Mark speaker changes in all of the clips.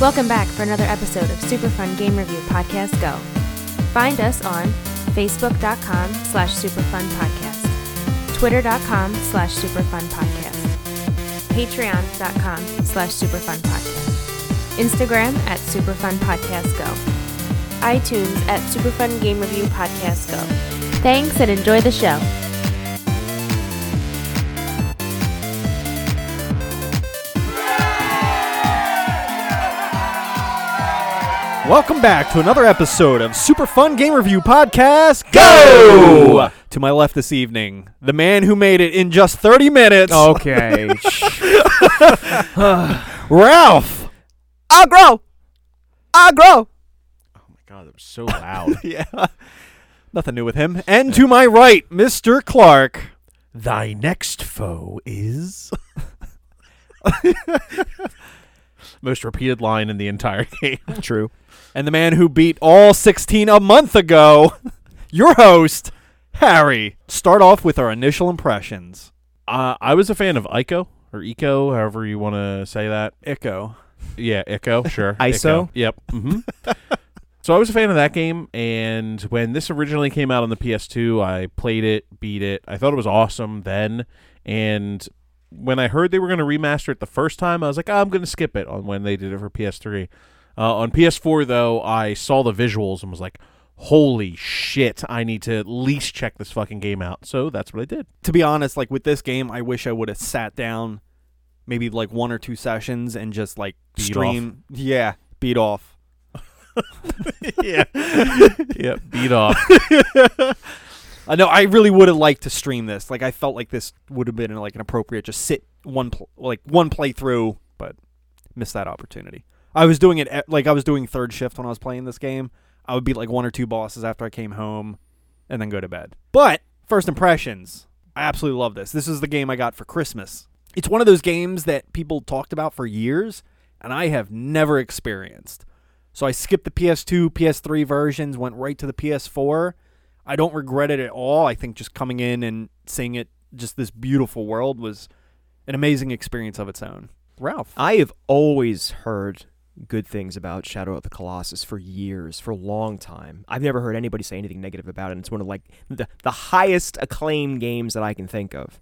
Speaker 1: Welcome back for another episode of Super Fun Game Review Podcast Go. Find us on facebook.com slash superfunpodcast, twitter.com slash superfunpodcast, patreon.com slash superfunpodcast, Instagram at superfunpodcastgo, iTunes at Superfun Game Review Podcast Go. Thanks and enjoy the show.
Speaker 2: Welcome back to another episode of Super Fun Game Review Podcast. Go! To my left this evening, the man who made it in just 30 minutes,
Speaker 3: Okay.
Speaker 2: Ralph.
Speaker 3: I grow. I grow.
Speaker 4: God, that was so loud.
Speaker 2: Yeah. Nothing new with him. And to my right, Mr. Clark.
Speaker 4: Thy next foe is. Most repeated line in the entire game.
Speaker 2: True. And the man who beat all 16 a month ago, your host, Harry. Start off with our initial impressions.
Speaker 4: Uh, I was a fan of Ico or Eco, however you want to say that.
Speaker 2: Echo.
Speaker 4: Yeah, Ico, sure.
Speaker 3: Iso?
Speaker 4: Ico. Yep. hmm so I was a fan of that game, and when this originally came out on the PS2, I played it, beat it. I thought it was awesome then, and when I heard they were going to remaster it the first time, I was like, "Ah, I'm going to skip it on when they did it for PS3. Uh, on PS4, though, I saw the visuals and was like, holy shit, I need to at least check this fucking game out. So that's what I did.
Speaker 2: to be honest, like with this game, I wish I would have sat down, maybe like one or two sessions, and just like
Speaker 4: Beat
Speaker 2: stream. Yeah, beat off.
Speaker 4: yeah. yeah, beat off.
Speaker 2: I know I really would have liked to stream this. Like I felt like this would have been like an appropriate just sit one pl- like one playthrough, but missed that opportunity. I was doing it at, like I was doing third shift when I was playing this game. I would beat like one or two bosses after I came home, and then go to bed. But first impressions, I absolutely love this. This is the game I got for Christmas. It's one of those games that people talked about for years, and I have never experienced. So I skipped the PS2, PS3 versions, went right to the PS4. I don't regret it at all. I think just coming in and seeing it, just this beautiful world, was an amazing experience of its own. Ralph.
Speaker 3: I have always heard good things about Shadow of the Colossus for years, for a long time. I've never heard anybody say anything negative about it. It's one of like the, the highest acclaim games that I can think of.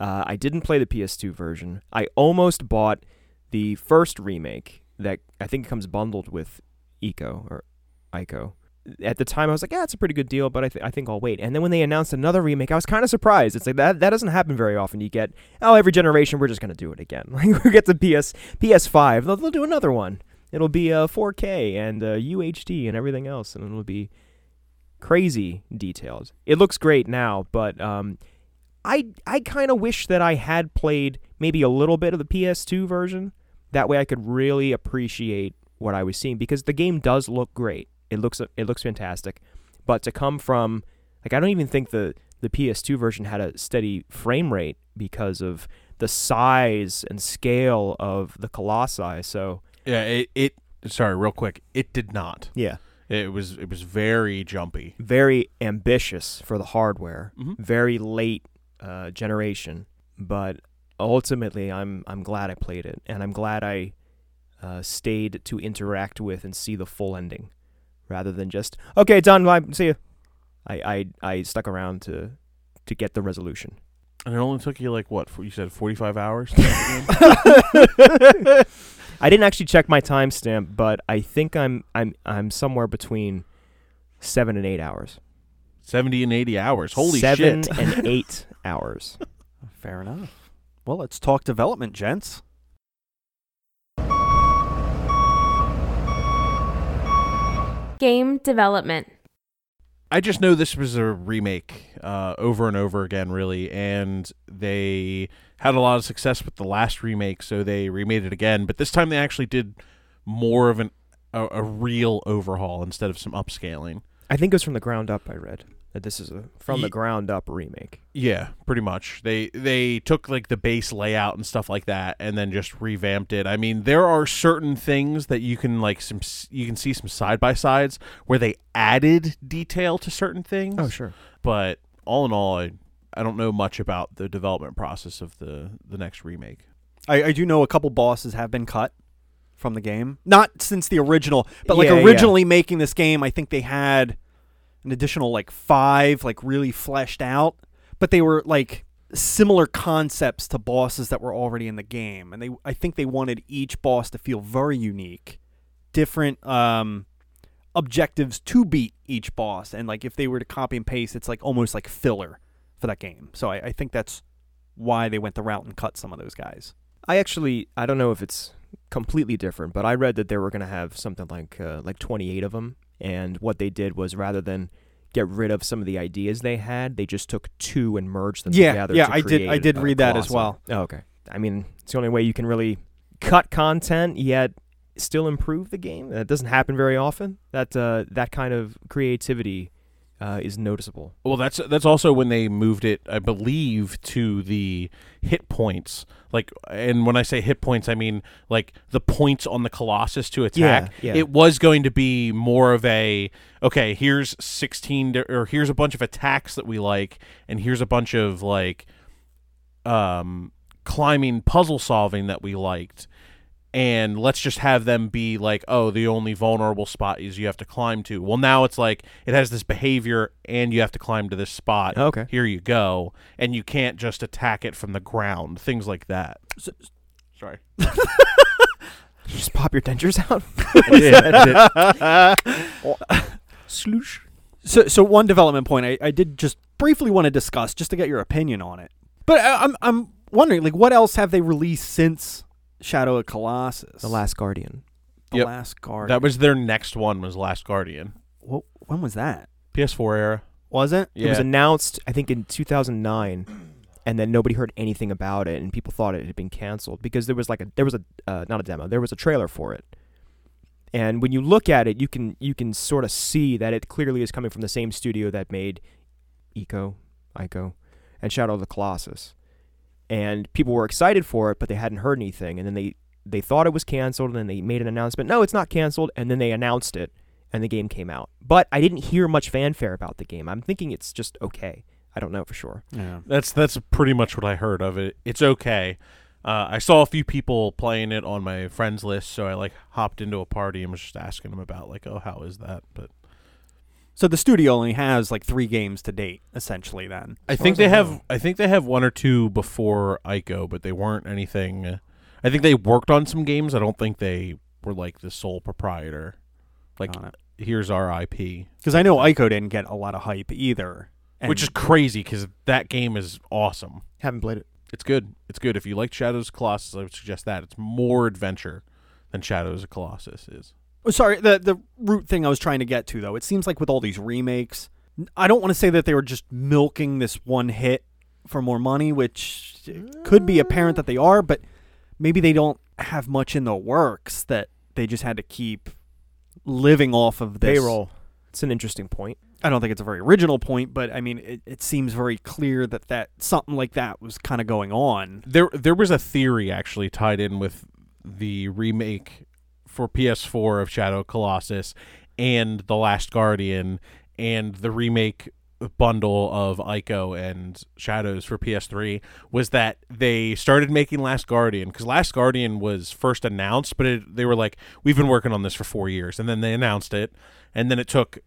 Speaker 3: Uh, I didn't play the PS2 version. I almost bought the first remake that I think comes bundled with Eco or Ico. At the time, I was like, "Yeah, it's a pretty good deal," but I, th- I think I'll wait. And then when they announced another remake, I was kind of surprised. It's like that that doesn't happen very often. You get oh, every generation we're just gonna do it again. Like we get the PS PS5, they'll, they'll do another one. It'll be uh, 4K and uh, UHD and everything else, and it'll be crazy detailed. It looks great now, but um, I I kind of wish that I had played maybe a little bit of the PS2 version. That way, I could really appreciate what I was seeing because the game does look great. It looks it looks fantastic, but to come from like I don't even think the the PS2 version had a steady frame rate because of the size and scale of the colossi. So
Speaker 4: Yeah, it, it sorry, real quick. It did not.
Speaker 3: yeah,
Speaker 4: It was it was very jumpy.
Speaker 3: very ambitious for the hardware,
Speaker 4: Mhm.
Speaker 3: very late uh, generation. But ultimately, I'm I'm glad I played it, and I'm glad I uh, stayed to interact with and see the full ending, rather than just okay, done. Bye, see you. I, I I stuck around to to get the resolution.
Speaker 4: And it only took you like what? You said 45 hours?
Speaker 3: I didn't actually check my timestamp, but I think I'm I'm I'm somewhere between seven and eight hours.
Speaker 4: 70 and 80 hours. Holy
Speaker 3: seven
Speaker 4: shit.
Speaker 3: and eight hours.
Speaker 2: Fair enough. Well, let's talk development, gents.
Speaker 1: Game development.
Speaker 4: I just know this was a remake uh, over and over again, really. And they had a lot of success with the last remake, so they remade it again. But this time they actually did more of an a, a real overhaul instead of some upscaling.
Speaker 3: I think it was from the ground up. I read that this is a from the
Speaker 4: Ye-
Speaker 3: ground up remake.
Speaker 4: Yeah, pretty much. They they took like the base layout and stuff like that, and then just revamped it. I mean, there are certain things that you can like some s- you can see some side by sides where they added detail to certain things.
Speaker 2: Oh,
Speaker 3: sure.
Speaker 4: But all in all, I I don't know much about the development process of the the next remake.
Speaker 2: I, I do know a couple bosses have been cut. from the game. Not since the original, but like
Speaker 3: Yeah, yeah.
Speaker 2: originally making this game, I think they had an additional like five, like really fleshed out. But they were like similar concepts to bosses that were already in the game, and they I think they wanted each boss to feel very unique, different um, objectives to beat each boss, and like if they were to copy and paste, it's like almost like filler for that game. So I, I think that's why they went the route and cut some of those guys.
Speaker 3: I actually I don't know if it's completely different, but I read that they were going to have something like uh, like 28 of them, and what they did was rather than get rid of some of the ideas they had, they just took two and merged them
Speaker 2: Yeah,
Speaker 3: together.
Speaker 2: yeah,
Speaker 3: to
Speaker 2: I did- I
Speaker 3: create
Speaker 2: did
Speaker 3: a
Speaker 2: read that as
Speaker 3: colossal.
Speaker 2: well.
Speaker 3: Oh, okay. I mean, it's the only way you can really cut content yet still improve the game. That doesn't happen very often. That uh, that kind of creativity uh, is noticeable.
Speaker 4: Well, that's that's also when they moved it, I believe, to the hit points. Like, and when I say hit points, I mean like the points on the Colossus to attack.
Speaker 3: Yeah, yeah.
Speaker 4: It was going to be more of a okay. Here's sixteen, di- or here's a bunch of attacks that we like, and here's a bunch of like, um, climbing puzzle solving that we liked. And let's just have them be like, oh, the only vulnerable spot is you have to climb to. Well, now it's like it has this behavior, and you have to climb to this spot.
Speaker 3: Okay.
Speaker 4: Here you go. And you can't just attack it from the ground, things like that. Sorry.
Speaker 3: Just pop your dentures out. Sloosh.
Speaker 2: So, so one development point I, I did just briefly want to discuss, just to get your opinion on it. But I, I'm I'm wondering, like, what else have they released since Shadow of Colossus?
Speaker 3: The Last Guardian.
Speaker 2: the
Speaker 4: Yep.
Speaker 2: last card.
Speaker 4: That was their next one was Last Guardian.
Speaker 2: Wha- when was that?
Speaker 4: PS4 era.
Speaker 2: Was it?
Speaker 4: Yeah.
Speaker 3: It was announced, I think, in 2009, and then nobody heard anything about it, and people thought it had been canceled because there was like a there was a uh, not a demo, there was a trailer for it. And when you look at it, you can you can sort of see that it clearly is coming from the same studio that made Eco, Ico, and Shadow of the Colossus. And people were excited for it, but they hadn't heard anything. And then they they thought it was canceled, and then they made an announcement. No, it's not canceled. And then they announced it, and the game came out. But I didn't hear much fanfare about the game. I'm thinking it's just okay. I don't know for sure.
Speaker 2: Yeah.
Speaker 4: That's that's pretty much what I heard of it. It's okay. Uh, I saw a few people playing it on my friends list, so I like hopped into a party and was just asking them about like, oh, how is that? But
Speaker 2: So the studio only has like three games to date, essentially. Then
Speaker 4: I
Speaker 3: As far
Speaker 4: think
Speaker 3: as
Speaker 4: they
Speaker 3: I
Speaker 4: have
Speaker 3: know.
Speaker 4: I think they have one or two before Ico, but they weren't anything. I think they worked on some games. I don't think they were like the sole proprietor. Like here's our IP,
Speaker 2: because I know Ico didn't get a lot of hype either, and
Speaker 4: which is crazy because that game is awesome.
Speaker 3: Haven't played it.
Speaker 4: It's good. It's good. If you like Shadows of Colossus, I would suggest that. It's more adventure than Shadows of Colossus is.
Speaker 2: Oh, sorry, the the root thing I was trying to get to though, it seems like with all these remakes, I don't want to say that they were just milking this one hit for more money, which it could be apparent that they are, but maybe they don't have much in the works that they just had to keep living off of this.
Speaker 3: Payroll. It's an interesting point.
Speaker 2: I don't think it's a very original point, but I mean, it, it seems very clear that that something like that was kind of going on.
Speaker 4: There there was a theory actually tied in with the remake for PS4 of Shadow of Colossus and The Last Guardian and the remake bundle of Ico and Shadows for PS3 was that they started making Last Guardian because Last Guardian was first announced, but it, they were like, "We've been working on this for four years," and then they announced it, and then it took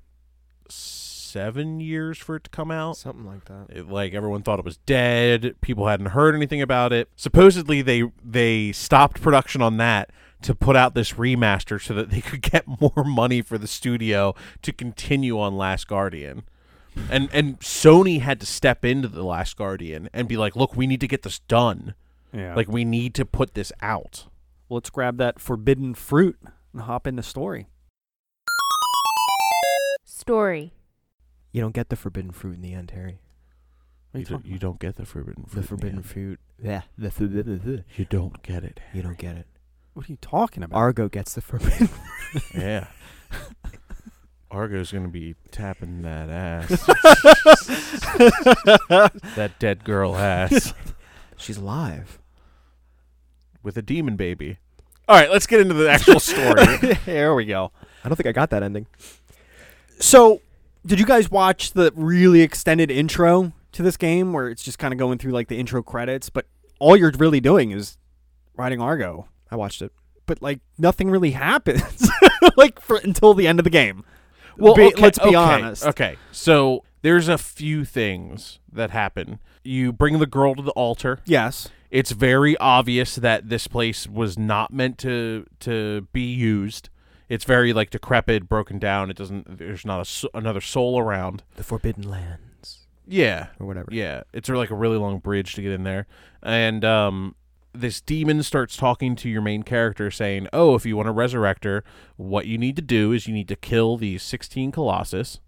Speaker 4: seven years for it to come out.
Speaker 3: Oh. Something like that.
Speaker 4: It, like everyone thought it was dead. People hadn't heard anything about it. Supposedly they they stopped production on that to put out this remaster so that they could get more money for the studio to continue on Last Guardian. And and Sony had to step into the Last Guardian and be like, "Look, we need to get this done.
Speaker 2: Yeah.
Speaker 4: Like we need to put this out."
Speaker 2: let's grab that forbidden fruit and hop into story.
Speaker 1: Story.
Speaker 3: You don't get the forbidden fruit in the end, Harry.
Speaker 2: What are you talking about?
Speaker 4: don't get the forbidden
Speaker 3: The forbidden fruit. Yeah. The forbidden.
Speaker 4: You don't get it.
Speaker 3: You don't get it.
Speaker 2: What are you talking about?
Speaker 3: Argo gets the forbidden.
Speaker 4: Yeah. Argo's gonna be tapping that ass. that dead girl ass
Speaker 3: She's alive.
Speaker 4: with a demon baby. All right, let's get into the actual story.
Speaker 2: there we go.
Speaker 3: I don't think I got that ending.
Speaker 2: So, did you guys watch the really extended intro to this game where it's just kind of going through like the intro credits, but all you're really doing is riding Argo?
Speaker 3: I watched it.
Speaker 2: but like nothing really happens like for until the end of the game. Be-
Speaker 4: okay,
Speaker 2: let's be
Speaker 4: okay,
Speaker 2: honest.
Speaker 4: Okay, so there's a few things that happen. You bring the girl to the altar.
Speaker 2: Yes.
Speaker 4: It's very obvious that this place was not meant to to be used. It's very like decrepit, broken down. It doesn't. There's not a s another soul around.
Speaker 3: The Forbidden Lands
Speaker 4: Yeah,
Speaker 3: or whatever.
Speaker 4: yeah. It's like a really long bridge to get in there, and um, this demon starts talking to your main character, saying, "Oh, if you want to resurrect her, what you need to do is you need to kill these sixteen colossus,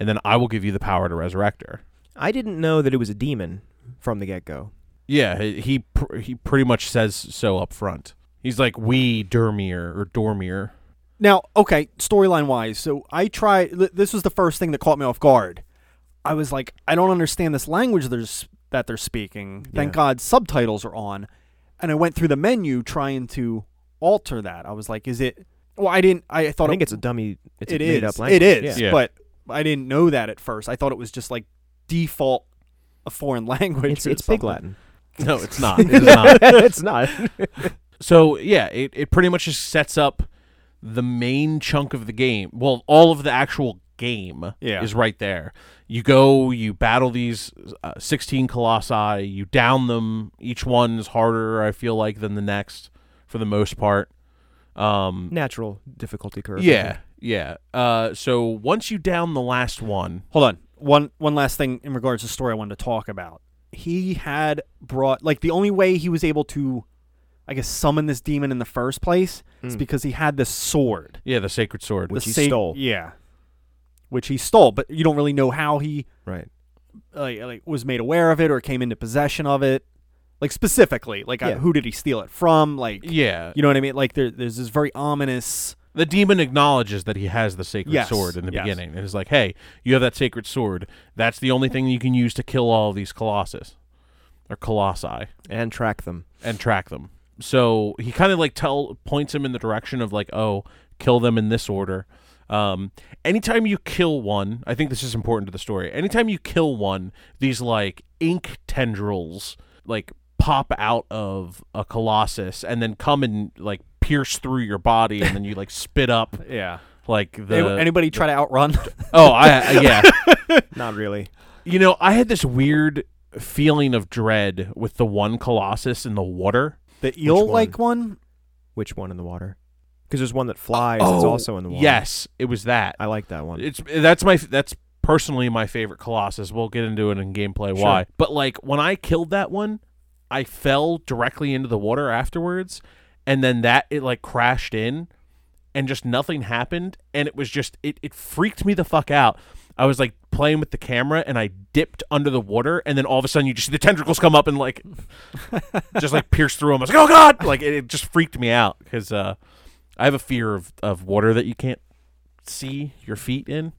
Speaker 4: and then I will give you the power to resurrect her."
Speaker 3: I didn't know that it was a demon from the get go.
Speaker 4: Yeah, he he, pr- he pretty much says so up front. He's like, "We Dormir or Dormir."
Speaker 2: Now, okay, storyline wise, so I try. li- This was the first thing that caught me off guard. I was like, I don't understand this language there's that they're speaking. Thank
Speaker 3: Yeah.
Speaker 2: God subtitles are on. And I went through the menu trying to alter that. I was like, is it? Well, I didn't. I thought
Speaker 3: I
Speaker 2: it,
Speaker 3: think it's a dummy. It's
Speaker 2: it
Speaker 3: a
Speaker 2: is.
Speaker 3: made up language.
Speaker 2: It is.
Speaker 4: Yeah. Yeah.
Speaker 2: But I didn't know that at first. I thought it was just like default a foreign language.
Speaker 3: It's,
Speaker 2: or
Speaker 3: it's big
Speaker 2: something.
Speaker 3: Latin.
Speaker 4: No, it's not. It's not.
Speaker 3: it's not.
Speaker 4: So yeah, it, it pretty much just sets up the main chunk of the game. Well, all of the actual game
Speaker 2: Yeah.
Speaker 4: is right there. You go, you battle these uh, 16 colossi, you down them. Each one is harder, I feel like, than the next for the most part. Um,
Speaker 3: Natural difficulty curve. I
Speaker 4: yeah, yeah. Uh, so once you down the last one,
Speaker 2: Hold on. One one last thing in regards to story I wanted to talk about. He had brought like the only way he was able to I guess summon this demon in the first place is
Speaker 3: Mm.
Speaker 2: because he had this sword.
Speaker 4: yeah, the sacred sword.
Speaker 3: Which
Speaker 2: The
Speaker 3: he stole.
Speaker 2: Yeah. Which he stole, but you don't really know how he
Speaker 3: think. Right.
Speaker 2: like, like was made aware of it or came into possession of it. Like specifically, like uh,
Speaker 3: Yeah.
Speaker 2: who did he steal it from? Like
Speaker 4: yeah,
Speaker 2: you know what I mean? Like there, there's this very ominous
Speaker 4: The demon acknowledges that he has the sacred
Speaker 2: Yes,
Speaker 4: sword in the
Speaker 2: yes.
Speaker 4: beginning and is like, hey, you have that sacred sword. That's the only thing you can use to kill all of these colossus or colossi
Speaker 3: And track them.
Speaker 4: and track them. So he kind of like tell points him in the direction of like, oh, kill them in this order. Um, anytime you kill one, I think this is important to the story. Anytime you kill one, these like ink tendrils like pop out of a colossus and then come and like pierce through your body and then you like spit up
Speaker 2: Yeah.
Speaker 4: like the
Speaker 2: Anybody try to outrun?
Speaker 4: oh I yeah
Speaker 3: Not really.
Speaker 4: you know I had this weird feeling of dread with the one colossus in the water.
Speaker 2: the eel like one?
Speaker 3: Which one in the water? Because there's one that flies. that's Oh, also in the water.
Speaker 4: Oh, Yes, it was that.
Speaker 3: I like that one.
Speaker 4: It's that's my that's personally my favorite colossus. We'll get into it in gameplay
Speaker 3: Sure.
Speaker 4: why. But like when I killed that one, I fell directly into the water afterwards, and then that it like crashed in, and just nothing happened, and it was just it it freaked me the fuck out. I was like playing with the camera and I dipped under the water and then all of a sudden you just see the tentacles come up and like just like pierce through them. I was like, oh god! Like it, it just freaked me out because uh, I have a fear of of water that you can't see your feet in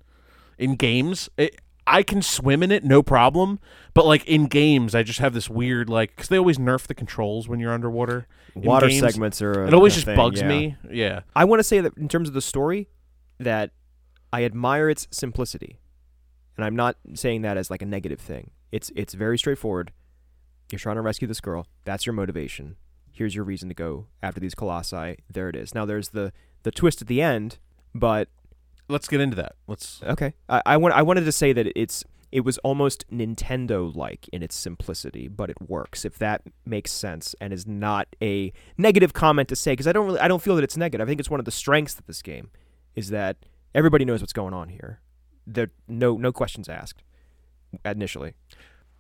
Speaker 4: in games. It, I can swim in it, no problem. But like in games, I just have this weird like because they always nerf the controls when you're underwater. in
Speaker 3: water
Speaker 4: games.
Speaker 3: segments are. a-
Speaker 4: It always
Speaker 3: a
Speaker 4: just
Speaker 3: thing,
Speaker 4: bugs
Speaker 3: yeah.
Speaker 4: me. Yeah,
Speaker 3: I want to say that in terms of the story, that I admire its simplicity, and I'm not saying that as like a negative thing. It's it's very straightforward. You're trying to rescue this girl. That's your motivation. Here's your reason to go after these colossi. There it is. Now there's the the twist at the end, but
Speaker 4: let's get into that. Let's.
Speaker 3: okay. I I, want, I wanted to say that it's it was almost Nintendo like in its simplicity, but it works if that makes sense and is not a negative comment to say because I don't really I don't feel that it's negative. I think it's one of the strengths of this game is that everybody knows what's going on here. There no no questions asked initially.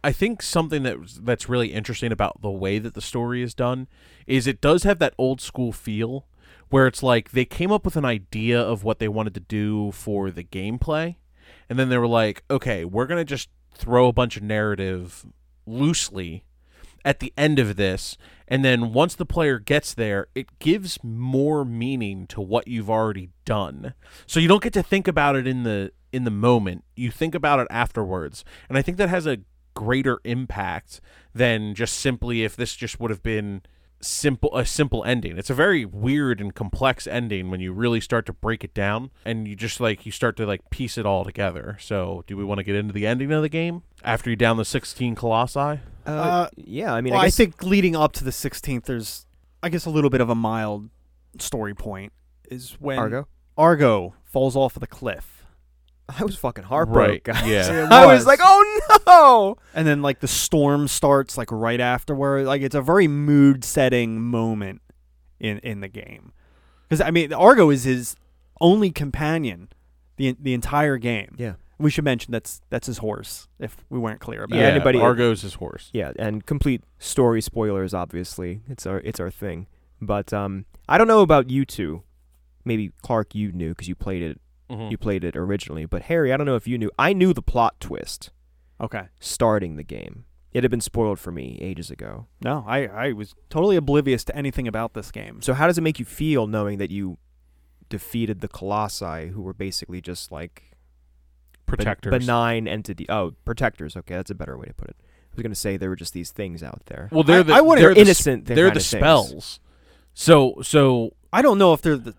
Speaker 4: I think something that was- that's really interesting about the way that the story is done is it does have that old school feel where it's like they came up with an idea of what they wanted to do for the gameplay and then they were like, "Okay, we're going to just throw a bunch of narrative loosely at the end of this and then once the player gets there, it gives more meaning to what you've already done." So you don't get to think about it in the in the moment. You think about it afterwards. And I think that has a greater impact than just simply if this just would have been simple a simple ending. It's a very weird and complex ending when you really start to break it down and you just like you start to like piece it all together. So, do we want to get into the ending of the game after you down the 16 colossi?
Speaker 3: Uh,
Speaker 2: Uh,
Speaker 3: yeah, I mean
Speaker 2: well,
Speaker 3: I
Speaker 2: I,
Speaker 3: guess
Speaker 2: think leading up to the 16th, there's, I guess, a little bit of a mild story point is when
Speaker 3: Argo.
Speaker 2: Argo falls off of the cliff,
Speaker 3: I was fucking heartbroken.
Speaker 4: Right,
Speaker 3: guys.
Speaker 4: yeah.
Speaker 2: It
Speaker 3: I was
Speaker 2: was.
Speaker 3: like, oh no.
Speaker 2: and then like the storm starts like right afterward. Like it's a very mood setting moment in in the game because I mean Argo is his only companion the the entire game.
Speaker 3: Yeah.
Speaker 2: we should mention that's that's his horse if we weren't clear about
Speaker 4: yeah,
Speaker 2: it.
Speaker 3: anybody-
Speaker 4: Argo's his horse.
Speaker 3: Yeah, and complete story spoilers. Obviously, it's our it's our thing. But um, I don't know about you two. Maybe Clark, you knew because you played it.
Speaker 2: Hmm.
Speaker 4: Mhm.
Speaker 3: You played it originally. But Harry, I don't know if you knew. I knew the plot twist
Speaker 2: Okay.
Speaker 3: starting the game. It had been spoiled for me ages ago.
Speaker 2: No, I, I was totally oblivious to anything about this game.
Speaker 3: So how does it make you feel knowing that you defeated the colossi who were basically just like ben-
Speaker 4: Protectors.
Speaker 3: benign entity? Oh, protectors. Okay, that's a better way to put it. I was gonna say there were just these things out there.
Speaker 4: well, they're the
Speaker 2: I wouldn't-
Speaker 4: they're the s-
Speaker 3: innocent.
Speaker 4: they're the spells. So so
Speaker 2: I don't know if they're the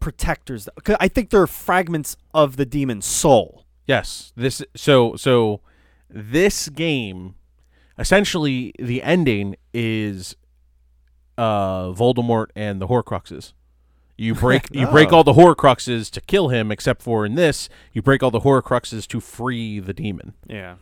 Speaker 2: protectors. though, 'cause I think they're fragments of the demon's soul.
Speaker 4: Yes. This so so this game essentially the ending is uh Voldemort and the Horcruxes. You break you break
Speaker 3: Oh.
Speaker 4: all the Horcruxes to kill him except for in this you break all the Horcruxes to free the demon.
Speaker 2: Yeah.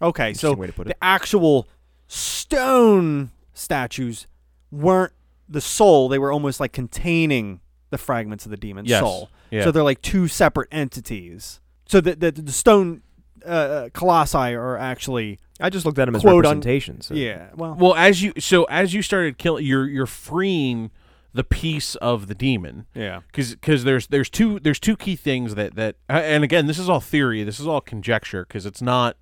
Speaker 2: Okay,
Speaker 3: Interesting
Speaker 2: so
Speaker 3: way to put
Speaker 2: the
Speaker 3: it.
Speaker 2: actual stone statues weren't the soul. They were almost like containing the fragments of the demon's
Speaker 4: Yes.
Speaker 2: soul.
Speaker 4: Yeah.
Speaker 2: So they're like two separate entities. So the the, the stone uh, colossi are actually
Speaker 3: I just looked at them as
Speaker 2: Quote, un-
Speaker 3: representations. of-
Speaker 2: yeah. Well,
Speaker 4: well, as you so as you started killing you're you're freeing the piece of the demon.
Speaker 2: yeah.
Speaker 4: because there's there's two there's two key things that that uh, and again this is all theory this is all conjecture because it's not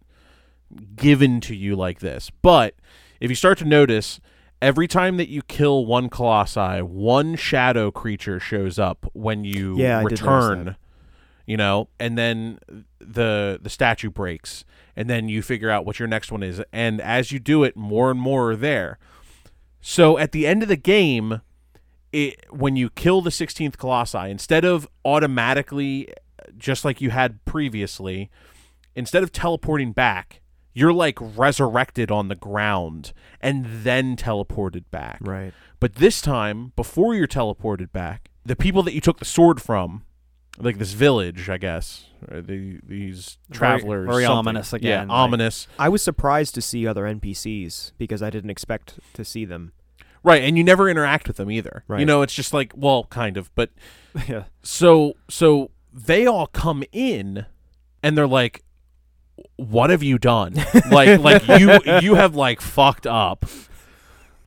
Speaker 4: given to you like this but if you start to notice every time that you kill one colossi one shadow creature shows up when you
Speaker 3: Yeah, I did notice
Speaker 4: return
Speaker 3: that.
Speaker 4: you know and then the the statue breaks and then you figure out what your next one is and as you do it more and more are there so at the end of the game it when you kill the 16th colossi instead of automatically just like you had previously instead of teleporting back you're like resurrected on the ground and then teleported back
Speaker 3: Right.
Speaker 4: but this time before you're teleported back the people that you took the sword from like this village i guess or the, these
Speaker 2: Very-
Speaker 4: travelers
Speaker 2: very
Speaker 4: something.
Speaker 2: ominous
Speaker 4: yeah
Speaker 2: again, like-
Speaker 4: ominous
Speaker 3: I was surprised to see other NPCs because I didn't expect to see them.
Speaker 4: right and you never interact with them either you
Speaker 3: Right.
Speaker 4: know it's just like well kind of but
Speaker 2: Yeah.
Speaker 4: so so they all come in and they're like what have you done like like you you have like fucked up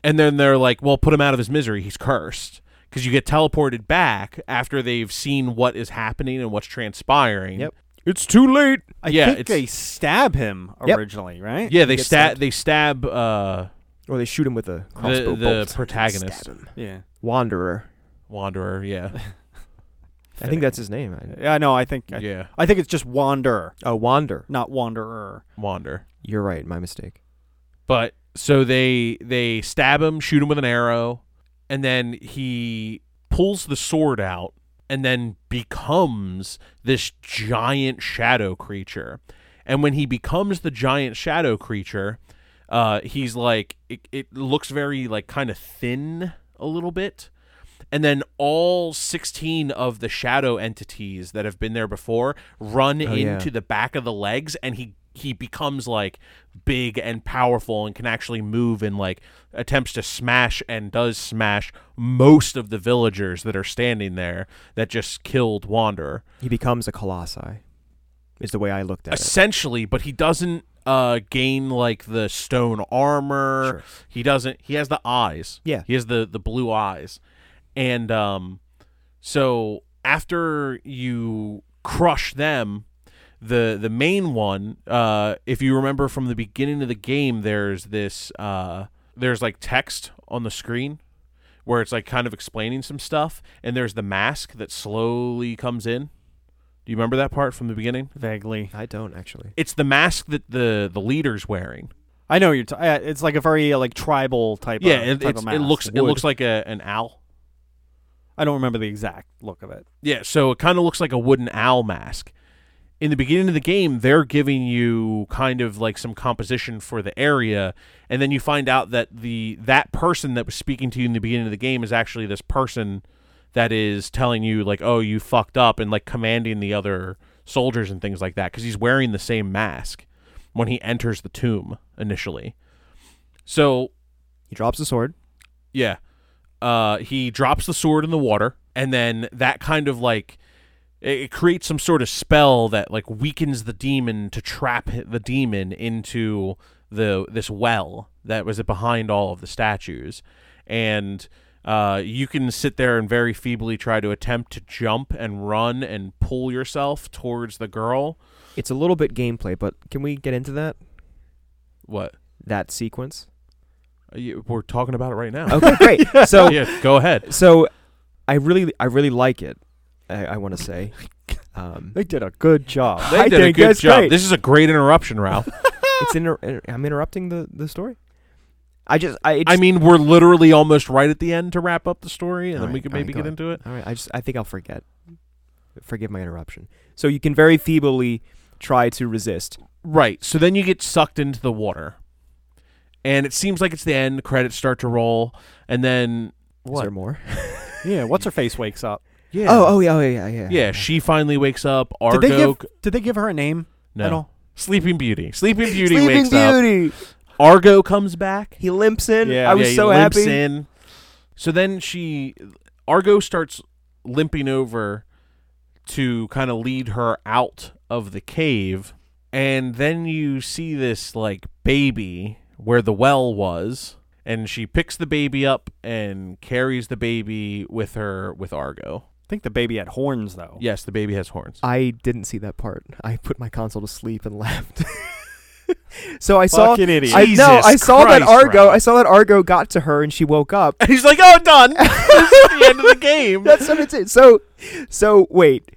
Speaker 4: and then they're like well put him out of his misery he's cursed because you get teleported back after they've seen what is happening and what's transpiring
Speaker 3: Yep.
Speaker 4: it's too late
Speaker 2: I
Speaker 4: yeah
Speaker 2: think
Speaker 4: it's,
Speaker 2: they stab him
Speaker 3: Yep.
Speaker 2: originally, right?
Speaker 4: yeah they
Speaker 3: get
Speaker 4: stab
Speaker 3: stabbed.
Speaker 4: they stab uh
Speaker 3: Or they shoot him with a crossbow
Speaker 4: the, the
Speaker 3: bolt.
Speaker 4: protagonist
Speaker 3: Stab him.
Speaker 2: Yeah.
Speaker 3: Wanderer.
Speaker 4: wanderer yeah
Speaker 3: I think that's his name. I,
Speaker 2: Yeah, no, I think I,
Speaker 4: yeah
Speaker 2: I think it's just wanderer,
Speaker 3: oh, Wander.
Speaker 2: not wanderer.
Speaker 4: wander
Speaker 3: You're right. My mistake.
Speaker 4: But so they they stab him, shoot him with an arrow, and then he pulls the sword out and then becomes this giant shadow creature. And when he becomes the giant shadow creature, uh, he's like it, it looks very like kind of thin a little bit. And then all 16 of the shadow entities that have been there before run
Speaker 3: Oh, yeah.
Speaker 4: into the back of the legs and he he becomes like big and powerful and can actually move and like attempts to smash and does smash most of the villagers that are standing there that just killed Wanderer
Speaker 3: He becomes a colossi. Is the way I looked at it.
Speaker 4: essentially but he doesn't uh gain like the stone armor he doesn't he has the eyes
Speaker 3: Yeah.
Speaker 4: he has the the blue eyes and um so after you crush them the the main one uh if you remember from the beginning of the game there's this uh there's like text on the screen where it's like kind of explaining some stuff and there's the mask that slowly comes in do you remember that part from the beginning
Speaker 2: Vaguely,
Speaker 3: I don't actually.
Speaker 4: it's the mask that the the leader's wearing.
Speaker 2: I know what you're. T- uh, it's like a very uh, like tribal type.
Speaker 4: yeah,
Speaker 2: of,
Speaker 4: it,
Speaker 2: type
Speaker 4: it's,
Speaker 2: of
Speaker 4: it
Speaker 2: mask.
Speaker 4: looks it
Speaker 2: Wood.
Speaker 4: looks like a an owl.
Speaker 2: I don't remember the exact look of it.
Speaker 4: Yeah, so it kind of looks like a wooden owl mask. In the beginning of the game, they're giving you kind of like some composition for the area, and then you find out that the that person that was speaking to you in the beginning of the game is actually this person that is telling you like, oh, you fucked up, and like commanding the other soldiers and things like that because he's wearing the same mask when he enters the tomb initially. So
Speaker 3: He drops the sword.
Speaker 4: yeah. Uh, he drops the sword in the water, and then that kind of like it, it creates some sort of spell that like weakens the demon to trap hi- the demon into the this well that was behind all of the statues, and uh, you can sit there and very feebly try to attempt to jump and run and pull yourself towards the girl.
Speaker 3: It's a little bit gameplay, but can we get into that
Speaker 4: What?
Speaker 3: that sequence?
Speaker 4: Are you- We're talking about it right now.
Speaker 3: Okay, great. Oh, So
Speaker 4: yeah, go ahead.
Speaker 3: so I really I really like it. I, I want to say. Um,
Speaker 2: They did a good job.
Speaker 4: They
Speaker 3: I
Speaker 4: did a
Speaker 3: think
Speaker 4: good
Speaker 3: that's
Speaker 4: job.
Speaker 3: great.
Speaker 4: This is a great interruption, Ralph.
Speaker 3: it's inter- inter- I'm interrupting the, the story. I just I, it
Speaker 4: I
Speaker 3: just-
Speaker 4: mean, we're literally almost right at the end to wrap up the story, and then we
Speaker 3: All right,
Speaker 4: could
Speaker 3: all right,
Speaker 4: maybe
Speaker 3: go
Speaker 4: get
Speaker 3: ahead.
Speaker 4: into it.
Speaker 3: all right. I just I think I'll forget. Forgive my interruption. So you can very feebly try to resist.
Speaker 4: Right. So then you get sucked into the water, and it seems like it's the end. Credits start to roll, and then
Speaker 3: Is
Speaker 4: what?
Speaker 3: there more?
Speaker 2: yeah, what's her face wakes up.
Speaker 4: yeah.
Speaker 3: Oh oh yeah oh, yeah yeah
Speaker 4: yeah. She finally wakes up. Argo.
Speaker 2: Did they give Did they give her a name
Speaker 4: no.
Speaker 2: at all?
Speaker 4: Sleeping Beauty. Sleeping Beauty
Speaker 3: Sleeping
Speaker 4: wakes up.
Speaker 3: Beauty.
Speaker 4: Argo comes back.
Speaker 3: He limps in.
Speaker 2: Yeah.
Speaker 3: I was
Speaker 4: yeah, he
Speaker 3: so
Speaker 4: limps
Speaker 3: happy.
Speaker 4: in. So then she, Argo starts limping over to kind of lead her out of the cave, and then you see this like baby where the well was, and she picks the baby up and carries the baby with her with Argo.
Speaker 2: I think the baby had horns though.
Speaker 4: Yes, the baby has horns.
Speaker 3: I didn't see that part. I put my console to sleep and left. so I saw.
Speaker 2: Fucking idiot.
Speaker 3: I, no,
Speaker 4: Jesus
Speaker 3: I saw that
Speaker 4: Christ,
Speaker 3: Argo.
Speaker 4: Ralph.
Speaker 3: I saw that Argo got to her and she woke up.
Speaker 4: And he's like, "Oh, done. this is the end of the game."
Speaker 3: That's what it is. So, so wait.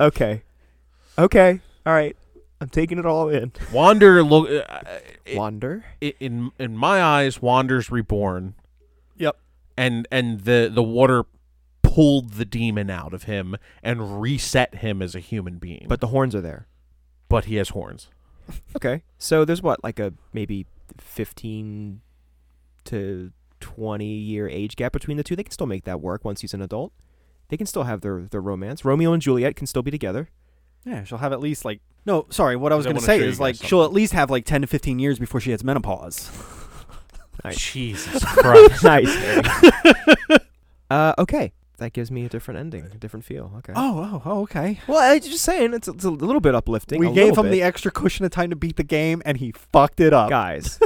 Speaker 3: Okay, okay, all right. I'm taking it all in.
Speaker 4: Wander look. Uh, it-
Speaker 3: Wander.
Speaker 4: i- in in my eyes, Wander's reborn.
Speaker 2: Yep.
Speaker 4: And and the the water pulled the demon out of him and reset him as a human being.
Speaker 3: But the horns are there.
Speaker 4: but he has horns.
Speaker 3: Okay. So there's what like a maybe 15 to 20 year age gap between the two. They can still make that work once he's an adult. They can still have their their romance. Romeo and Juliet can still be together.
Speaker 2: Yeah, she'll have at least like no. Sorry, what I was
Speaker 4: I
Speaker 2: going to
Speaker 4: wanna
Speaker 2: say
Speaker 4: show you
Speaker 2: is
Speaker 4: guys
Speaker 2: like she'll at least have like ten to fifteen years before she has menopause.
Speaker 3: Nice.
Speaker 4: Jesus Christ.
Speaker 3: nice. uh, okay. That gives me a different ending, a different feel. Okay.
Speaker 2: Oh, oh, oh, okay.
Speaker 3: Well, I just saying it's a, it's a little bit uplifting.
Speaker 2: We
Speaker 3: a
Speaker 2: gave
Speaker 3: little
Speaker 2: him the
Speaker 3: bit.
Speaker 2: extra cushion of time to beat the game, and he fucked it up.
Speaker 3: guys.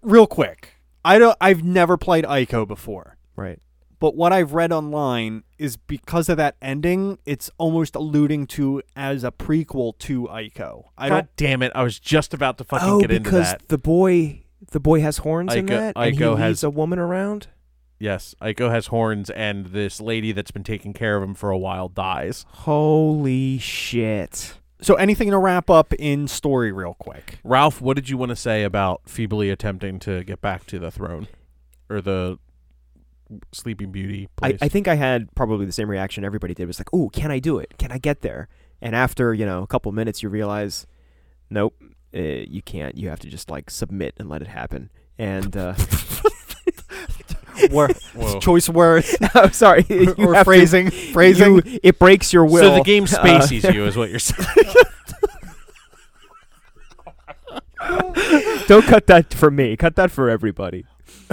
Speaker 2: Real quick, I don't. I've never played Ico before,
Speaker 3: right.
Speaker 2: but what I've read online is because of that ending, it's almost alluding to as a prequel to Ico. I
Speaker 4: God
Speaker 2: don't.
Speaker 4: damn it! I was just about to fucking
Speaker 3: oh,
Speaker 4: get into
Speaker 3: because
Speaker 4: that.
Speaker 3: the boy the boy has horns in
Speaker 4: Iko-
Speaker 3: that and he
Speaker 4: Iko has-
Speaker 3: leads a woman around.
Speaker 4: Yes, Iko has horns, and this lady that's been taking care of him for a while dies.
Speaker 3: Holy shit.
Speaker 2: So anything to wrap up in story, real quick.
Speaker 4: Ralph, what did you want to say about feebly attempting to get back to the throne, or the Sleeping Beauty
Speaker 3: I,
Speaker 4: place?
Speaker 3: I think I had probably the same reaction everybody did. It was like, "Ooh, can I do it? Can I get there?" And after you know a couple minutes, you realize, nope, uh, you can't. You have to just like submit and let it happen. And uh,
Speaker 2: Wor-
Speaker 4: Whoa.
Speaker 2: choice words
Speaker 3: I'm sorry, you
Speaker 2: or
Speaker 3: have to-
Speaker 2: phrasing, phrasing.
Speaker 3: you- it breaks your will.
Speaker 4: So the game
Speaker 3: Uh,
Speaker 4: spaces you, is what you're saying.
Speaker 3: don't cut that for me. Cut that for everybody.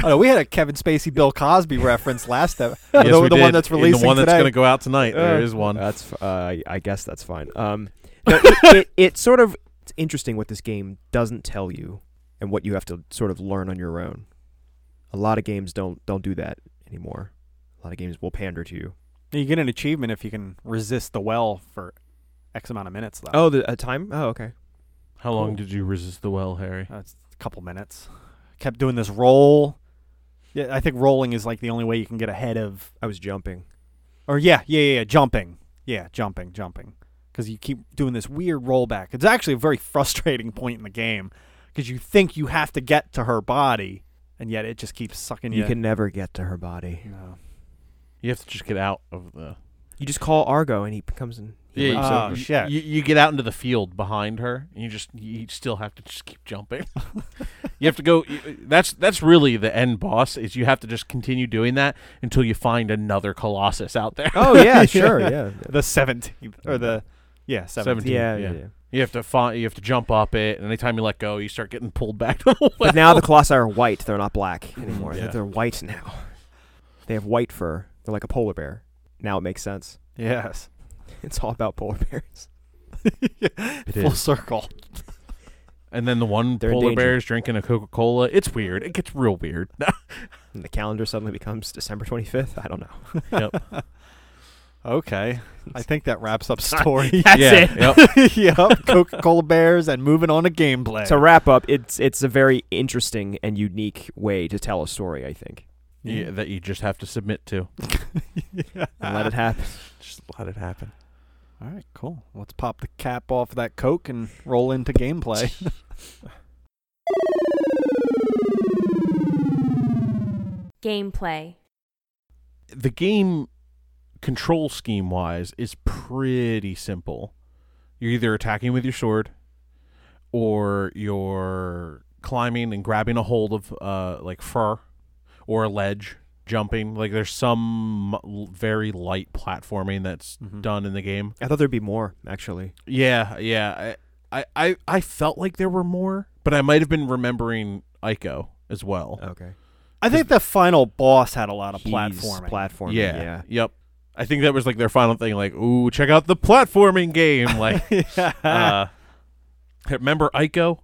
Speaker 2: Oh, no, we had a Kevin Spacey, Bill Cosby reference last time.
Speaker 4: Yes,
Speaker 2: the
Speaker 4: we
Speaker 2: the one
Speaker 4: did.
Speaker 2: that's
Speaker 4: In
Speaker 2: releasing
Speaker 4: the one
Speaker 2: today.
Speaker 4: that's going to go out tonight. there is one.
Speaker 3: That's. f- Uh, I- I guess that's fine. Um, no, it, it, it's sort of it's interesting what this game doesn't tell you, and what you have to sort of learn on your own. A lot of games don't don't do that anymore. A lot of games will pander to you.
Speaker 2: You get an achievement if you can resist the well for X amount of minutes, though.
Speaker 3: Oh, the a time. Oh, okay.
Speaker 4: How
Speaker 2: Cool.
Speaker 4: long did you resist the well, Harry?
Speaker 2: That's a couple minutes. Kept doing this roll. Yeah, I think rolling is like the only way you can get ahead of.
Speaker 3: I was jumping.
Speaker 2: Or yeah, yeah, yeah, yeah jumping. Yeah, jumping, jumping. Because you keep doing this weird rollback. It's actually a very frustrating point in the game because you think you have to get to her body, and yet it just keeps sucking you.
Speaker 3: You can never get to her body.
Speaker 2: No.
Speaker 4: You have to just get out of the.
Speaker 3: You just call Argo and he comes and he
Speaker 4: Yeah,
Speaker 3: leaps
Speaker 2: oh,
Speaker 3: over.
Speaker 4: you-
Speaker 2: shit.
Speaker 4: You, you get out into the field behind her, and you just you still have to just keep jumping. you have to go. you- That's that's really the end boss. Is you have to just continue doing that until you find another colossus out there.
Speaker 3: Oh yeah, sure, yeah.
Speaker 2: the seventeenth or the yeah seventeenth.
Speaker 4: Seventeen.
Speaker 3: Yeah,
Speaker 4: yeah.
Speaker 3: yeah.
Speaker 4: You have to find. You have to jump up it, and anytime you let go, you start getting pulled back to the well.
Speaker 3: But now the colossi are white. They're not black anymore.
Speaker 4: Mm, Yeah.
Speaker 3: They're white now. They have white fur. They're like a polar bear. Now it makes sense.
Speaker 2: Yes.
Speaker 3: It's all about polar bears.
Speaker 4: It
Speaker 2: Full
Speaker 4: is.
Speaker 2: circle.
Speaker 4: And then the one
Speaker 3: They're in
Speaker 4: polar
Speaker 3: danger.
Speaker 4: bear's drinking a Coca Cola. It's weird. It gets real weird.
Speaker 3: And the calendar suddenly becomes December 25th. I don't know.
Speaker 4: Yep.
Speaker 2: Okay. I think that wraps up story.
Speaker 3: That's
Speaker 4: yeah.
Speaker 3: it.
Speaker 4: Yep.
Speaker 2: yep. Coca Cola Bears and moving on to gameplay.
Speaker 3: To wrap up, it's it's a very interesting and unique way to tell a story, I think.
Speaker 4: Yeah, that you just have to submit to.
Speaker 3: And
Speaker 4: Ah.
Speaker 3: let it happen.
Speaker 4: Just let it happen.
Speaker 2: All right, cool. Let's pop the cap off that Coke and roll into gameplay.
Speaker 1: Gameplay.
Speaker 4: The game control scheme wise is pretty simple. You're either attacking with your sword or you're climbing and grabbing a hold of uh like fur or a ledge, jumping. Like there's some l- very light platforming that's
Speaker 2: Mhm.
Speaker 4: done in the game.
Speaker 3: I thought there'd be more, actually.
Speaker 4: Yeah, yeah. I, I, I, I felt like there were more, but I might have been remembering Ico as well.
Speaker 3: Okay.
Speaker 2: I think the final boss had a lot of
Speaker 3: He's
Speaker 2: platforming.
Speaker 3: Platforming.
Speaker 4: yeah,
Speaker 3: Yeah. yeah.
Speaker 4: Yep. I think that was like their final thing. Like, ooh, check out the platforming game. Like, uh, remember Ico?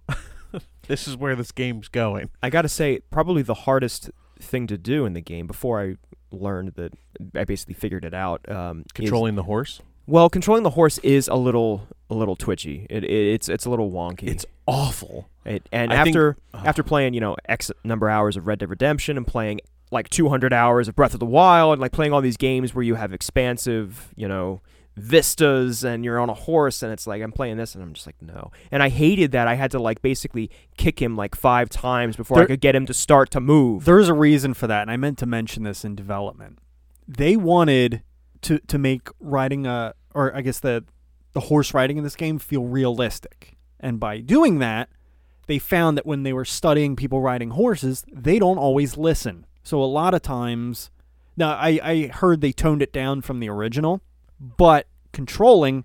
Speaker 4: this is where this game's going.
Speaker 3: I got to say, probably the hardest thing to do in the game before I learned that I basically figured it out. Um, is-
Speaker 4: Controlling the horse.
Speaker 3: well, controlling the horse is a little a little twitchy. It, it it's it's uh, a little wonky.
Speaker 4: It's awful. Uh,
Speaker 3: It, and
Speaker 4: I think-
Speaker 3: after
Speaker 4: Ugh.
Speaker 3: after playing you know X number of hours of Red Dead Redemption and playing like 200 hours of Breath of the Wild and like playing all these games where you have expansive you know vistas and you're on a horse and it's like I'm playing this and I'm just like no and I hated that I had to like basically kick him like five times before I
Speaker 2: There-
Speaker 3: could get him to start to move.
Speaker 2: There's a reason for that, and I meant to mention this in development. They wanted to to make riding a or I guess the the horse riding in this game feel realistic. And by doing that, they found that when they were studying people riding horses, they don't always listen. So a lot of times now I, I heard they toned it down from the original, but controlling,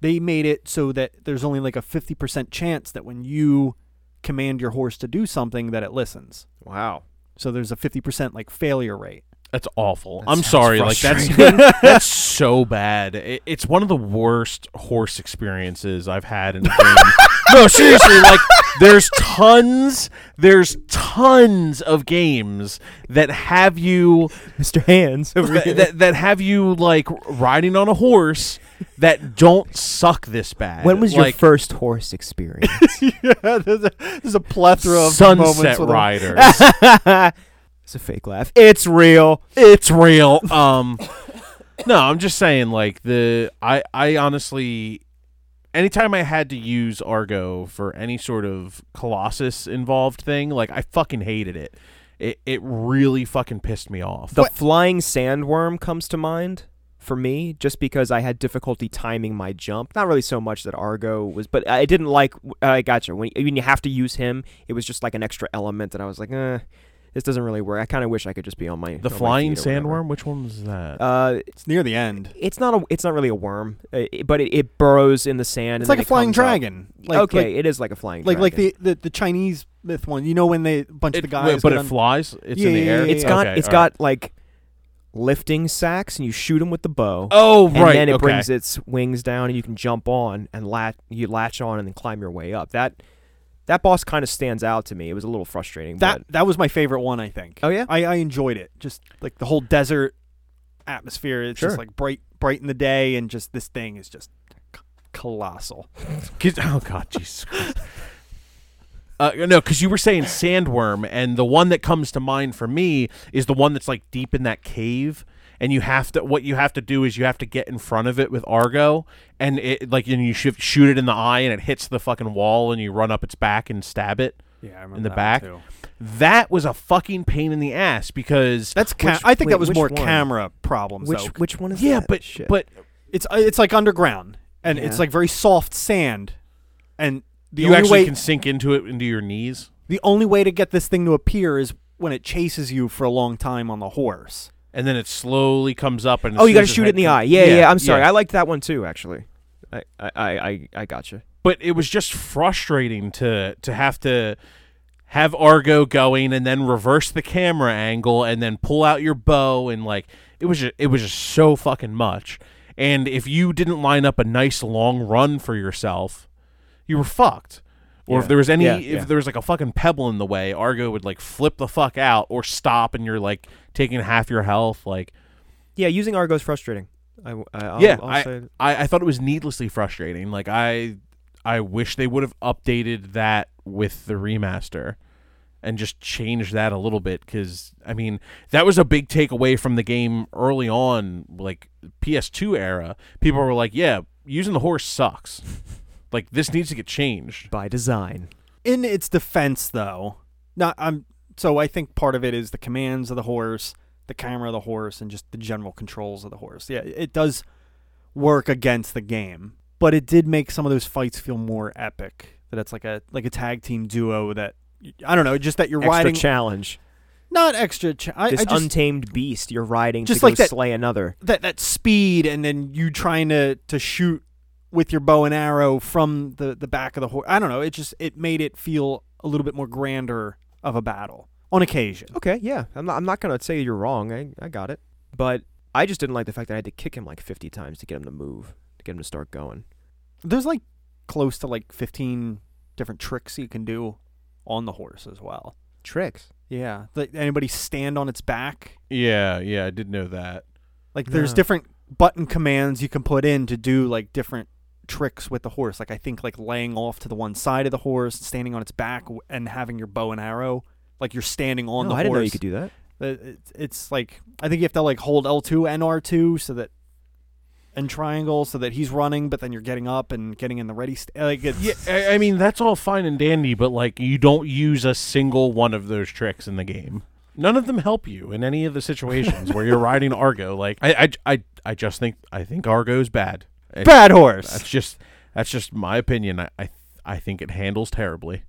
Speaker 2: they made it so that there's only like a fifty percent chance that when you command your horse to do something that it listens.
Speaker 3: wow.
Speaker 2: So there's a 50% like failure rate.
Speaker 4: That's awful.
Speaker 3: That
Speaker 4: I'm
Speaker 3: sounds
Speaker 4: sorry. Like that's that's so bad. It, it's one of the worst horse experiences I've had in a game. no, seriously. Like there's tons, there's tons of games that have you
Speaker 3: Mr. Hands.
Speaker 4: that, that, that have you like riding on a horse that don't suck this bad.
Speaker 3: when was your
Speaker 4: like,
Speaker 3: first horse experience?
Speaker 2: yeah, there's a, there's a plethora
Speaker 4: Sunset Riders?
Speaker 3: it's a fake laugh. It's real.
Speaker 4: it's real. Um, no, I'm just saying, like the I I honestly, anytime I had to use Argo for any sort of Colossus involved thing, like I fucking hated it. It it really fucking pissed me off.
Speaker 3: The flying sandworm comes to mind for me just because I had difficulty timing my jump. Not really so much that Argo was, but I didn't like. I gotcha. When, when you have to use him, it was just like an extra element, and I was like, eh, this doesn't really work. I kind of wish I could just be on
Speaker 4: the
Speaker 3: my on my
Speaker 4: flying
Speaker 3: feet or whatever.
Speaker 4: sandworm, which one was that?
Speaker 3: Uh,
Speaker 2: It's near the end.
Speaker 3: it's not a. It's not really a worm, uh, it- but it, it burrows in the sand.
Speaker 2: It's
Speaker 3: and
Speaker 2: like
Speaker 3: then
Speaker 2: a
Speaker 3: it
Speaker 2: flying
Speaker 3: comes up.
Speaker 2: dragon. Like,
Speaker 3: okay,
Speaker 2: Like,
Speaker 3: it is like a flying.
Speaker 2: like, like
Speaker 3: dragon.
Speaker 2: the, the, the Chinese myth one. You know when they a bunch of the
Speaker 4: It-
Speaker 2: guys.
Speaker 4: but
Speaker 2: get
Speaker 4: it
Speaker 2: on-
Speaker 4: flies. It's
Speaker 2: Yeah,
Speaker 4: in the
Speaker 2: yeah,
Speaker 4: air.
Speaker 2: yeah,
Speaker 3: It's
Speaker 2: yeah.
Speaker 3: got
Speaker 4: Okay,
Speaker 3: it's
Speaker 4: all right.
Speaker 3: got like lifting sacks, and you shoot him with the bow.
Speaker 4: Oh
Speaker 3: and
Speaker 4: right.
Speaker 3: then it
Speaker 4: okay.
Speaker 3: brings its wings down and you can jump on and latch you latch on and then climb your way up that that boss kind of stands out to me it was a little frustrating
Speaker 2: that
Speaker 3: but
Speaker 2: that was my favorite one. I think.
Speaker 3: oh yeah
Speaker 2: I, I enjoyed it. Just like the whole desert atmosphere. It's
Speaker 3: Sure.
Speaker 2: just like bright bright in the day, and just this thing is just c- colossal.
Speaker 4: 'Cause- oh God, Jesus Christ. Uh, no, because you were saying sandworm, and the one that comes to mind for me is the one that's like deep in that cave, and you have to what you have to do is you have to get in front of it with Argo, and it like and you shoot shoot it in the eye, and it hits the fucking wall, and you run up its back and stab it.
Speaker 2: Yeah, I remember that
Speaker 4: the
Speaker 2: one,
Speaker 4: back.
Speaker 2: too.
Speaker 4: That was a fucking pain in the ass because
Speaker 2: That's ca-
Speaker 3: Which-
Speaker 2: I think
Speaker 3: wait,
Speaker 2: that was
Speaker 3: which
Speaker 2: more
Speaker 3: one?
Speaker 2: camera problems
Speaker 3: Which
Speaker 2: though.
Speaker 3: which one is
Speaker 4: yeah,
Speaker 3: that?
Speaker 4: but
Speaker 3: Shit.
Speaker 4: but
Speaker 2: It's uh, it's like underground and it's
Speaker 3: Yeah.
Speaker 2: like very soft sand and the
Speaker 4: you
Speaker 2: only
Speaker 4: actually
Speaker 2: way
Speaker 4: can sink into it into your knees.
Speaker 2: the only way to get this thing to appear is when it chases you for a long time on the horse.
Speaker 4: And then it slowly comes up and as
Speaker 3: oh, you
Speaker 4: soon
Speaker 3: got to
Speaker 4: as
Speaker 3: shoot it
Speaker 4: head
Speaker 3: in the
Speaker 4: com-
Speaker 3: eye. Yeah, yeah. I'm sorry.
Speaker 4: yeah.
Speaker 3: I liked that one too, actually. I I I I, I gotcha.
Speaker 4: but it was just frustrating to to have to have Argo going and then reverse the camera angle and then pull out your bow and like it was just, it was just so fucking much. And if you didn't line up a nice long run for yourself, you were fucked. Or if
Speaker 3: Yeah.
Speaker 4: there was any
Speaker 3: Yeah,
Speaker 4: if
Speaker 3: yeah.
Speaker 4: there was like a fucking pebble in the way, Argo would like flip the fuck out or stop and you're like taking half your health like
Speaker 3: Yeah, using Argo's frustrating. I, w- I- I'll,
Speaker 4: Yeah,
Speaker 3: I'll say
Speaker 4: I, I thought it was needlessly frustrating. Like I I wish they would have updated that with the remaster and just changed that a little bit cuz I mean that was a big takeaway from the game early on like PS2 era. People were like, "Yeah, using the horse sucks." like this needs to get changed.
Speaker 3: by design.
Speaker 2: In its defense though, not I'm so I think part of it is the commands of the horse, the camera of the horse and just the general controls of the horse. Yeah, it does work against the game, but it did make some of those fights feel more epic. That it's like a like a tag team duo that I don't know, just that you're
Speaker 3: Extra
Speaker 2: riding
Speaker 3: challenge.
Speaker 2: not extra. Cha- I, I
Speaker 3: this
Speaker 2: just
Speaker 3: untamed beast you're riding
Speaker 2: Just
Speaker 3: to
Speaker 2: like
Speaker 3: go
Speaker 2: that-
Speaker 3: slay another.
Speaker 2: that that speed, and then you trying to to shoot with your bow and arrow from the the back of the horse. I don't know. It just it made it feel a little bit more grander of a battle on occasion.
Speaker 3: Okay, yeah. I'm not, I'm not going to say you're wrong. I, I got it. But I just didn't like the fact that I had to kick him like 50 times to get him to move, to get him to start going.
Speaker 2: There's like close to like 15 different tricks you can do on the horse as well.
Speaker 3: Tricks.
Speaker 2: Yeah, like anybody stand on its back.
Speaker 4: Yeah, yeah, I did know that.
Speaker 2: Like there's
Speaker 3: No.
Speaker 2: different button commands you can put in to do like different tricks with the horse. Like I think like laying off to the one side of the horse, standing on its back, w- and having your bow and arrow. Like you're standing on the
Speaker 3: no,
Speaker 2: horse.
Speaker 3: I didn't know you could do that.
Speaker 2: Uh, It's, it's like I think you have to like hold L two and R two so that and triangle so that he's running, but then you're getting up and getting in the ready. St- uh, like it's
Speaker 4: Yeah, I, I mean that's all fine and dandy, but like you don't use a single one of those tricks in the game. None of them help you in any of the situations where you're riding Argo. Like I, I, I, I just think I think Argo's bad. It-
Speaker 2: bad horse.
Speaker 4: That's just that's just my opinion. I, I I think it handles terribly.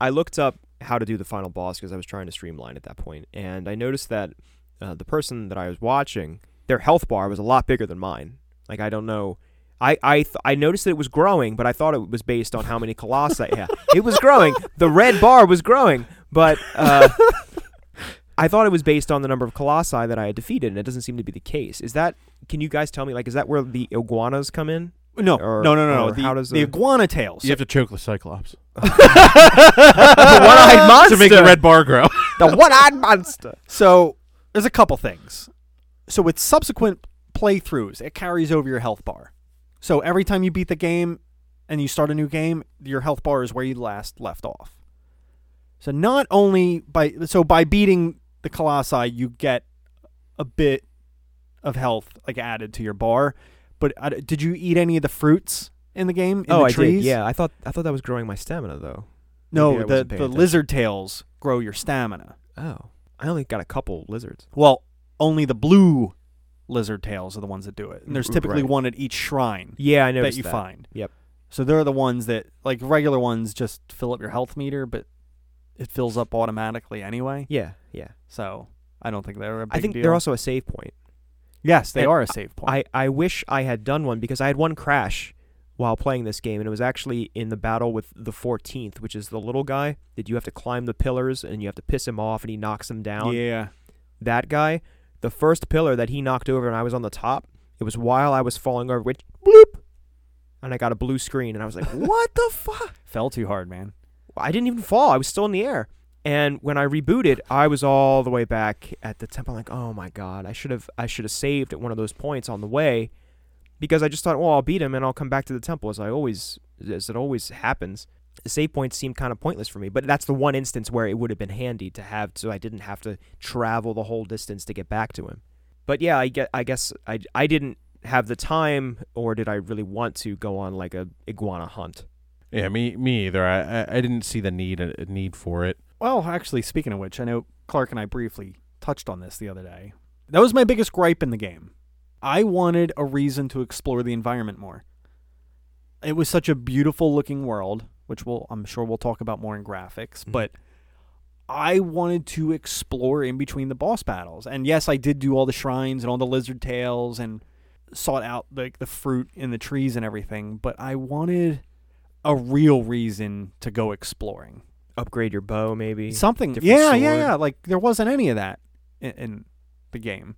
Speaker 3: I looked up how to do the final boss because I was trying to streamline at that point, and I noticed that uh, the person that I was watching, their health bar was a lot bigger than mine. Like I don't know, I I th- I noticed that it was growing, but I thought it was based on how many colossi. yeah, it was growing. The red bar was growing, but. Uh, I thought it was based on the number of colossi that I had defeated, and it doesn't seem to be the case. Is that? Can you guys tell me? Like, is that where the iguanas come in?
Speaker 2: no,
Speaker 3: or-
Speaker 2: no, no, no, no.
Speaker 3: or
Speaker 2: The,
Speaker 3: how does
Speaker 2: the
Speaker 3: the-
Speaker 2: iguana tails?
Speaker 4: you have to choke the Cyclops
Speaker 3: one-eyed
Speaker 4: to make the
Speaker 3: monster!
Speaker 4: red bar grow.
Speaker 3: The one-eyed monster.
Speaker 2: So there's a couple things. So with subsequent playthroughs, it carries over your health bar. So every time you beat the game and you start a new game, your health bar is where you last left off. So not only by so by beating the colossi, you get a bit of health like added to your bar. But uh, did you eat any of the fruits in the game? In
Speaker 3: oh,
Speaker 2: the
Speaker 3: I
Speaker 2: trees?
Speaker 3: did. Yeah, I thought I thought that was growing my stamina though. Maybe I
Speaker 2: No, the
Speaker 3: wasn't paying
Speaker 2: the
Speaker 3: attention.
Speaker 2: lizard tails grow your stamina.
Speaker 3: Oh, I only got a couple lizards.
Speaker 2: Well, only the blue lizard tails are the ones that do it. And there's
Speaker 3: R-
Speaker 2: typically
Speaker 3: right.
Speaker 2: one at each shrine
Speaker 3: Yeah, I
Speaker 2: that
Speaker 3: noticed
Speaker 2: you find.
Speaker 3: Yep.
Speaker 2: So they're the ones that like regular ones just fill up your health meter, but it fills up automatically anyway.
Speaker 3: Yeah, yeah.
Speaker 2: So I don't think they're a big
Speaker 3: I think
Speaker 2: deal.
Speaker 3: they're also a save point.
Speaker 2: yes, they
Speaker 3: and
Speaker 2: are a save point.
Speaker 3: I I wish I had done one because I had one crash while playing this game, and it was actually in the battle with the 14th, which is the little guy that you have to climb the pillars and you have to piss him off, and he knocks him down.
Speaker 2: yeah.
Speaker 3: That guy, the first pillar that he knocked over, and I was on the top. It was while I was falling over, which bloop, and I got a blue screen, and I was like, "What the fuck?"
Speaker 2: Fell too hard, man.
Speaker 3: I didn't even fall. I was still in the air. And when I rebooted, I was all the way back at the temple. I'm like, oh my god, I should have, I should have saved at one of those points on the way, because I just thought, well, I'll beat him and I'll come back to the temple as I always, as it always happens. The save points seemed kind of pointless for me, but that's the one instance where it would have been handy to have, so I didn't have to travel the whole distance to get back to him. But yeah, I get, I guess I, I didn't have the time, or did I really want to go on like a iguana hunt?
Speaker 4: Yeah, me me either. I I, I didn't see the need a need for it.
Speaker 2: Well, actually, speaking of which, I know Clark and I briefly touched on this the other day. That was my biggest gripe in the game. I wanted a reason to explore the environment more. It was such a beautiful looking world, which we'll, I'm sure we'll talk about more in graphics,
Speaker 3: Mhm.
Speaker 2: but I wanted to explore in between the boss battles. And yes, I did do all the shrines and all the lizard tails and sought out like the fruit and the trees and everything, but I wanted a real reason to go exploring
Speaker 3: Upgrade your bow, maybe.
Speaker 2: something.
Speaker 3: different
Speaker 2: Yeah, yeah,
Speaker 3: sword.
Speaker 2: yeah. Like there wasn't any of that in, in the game.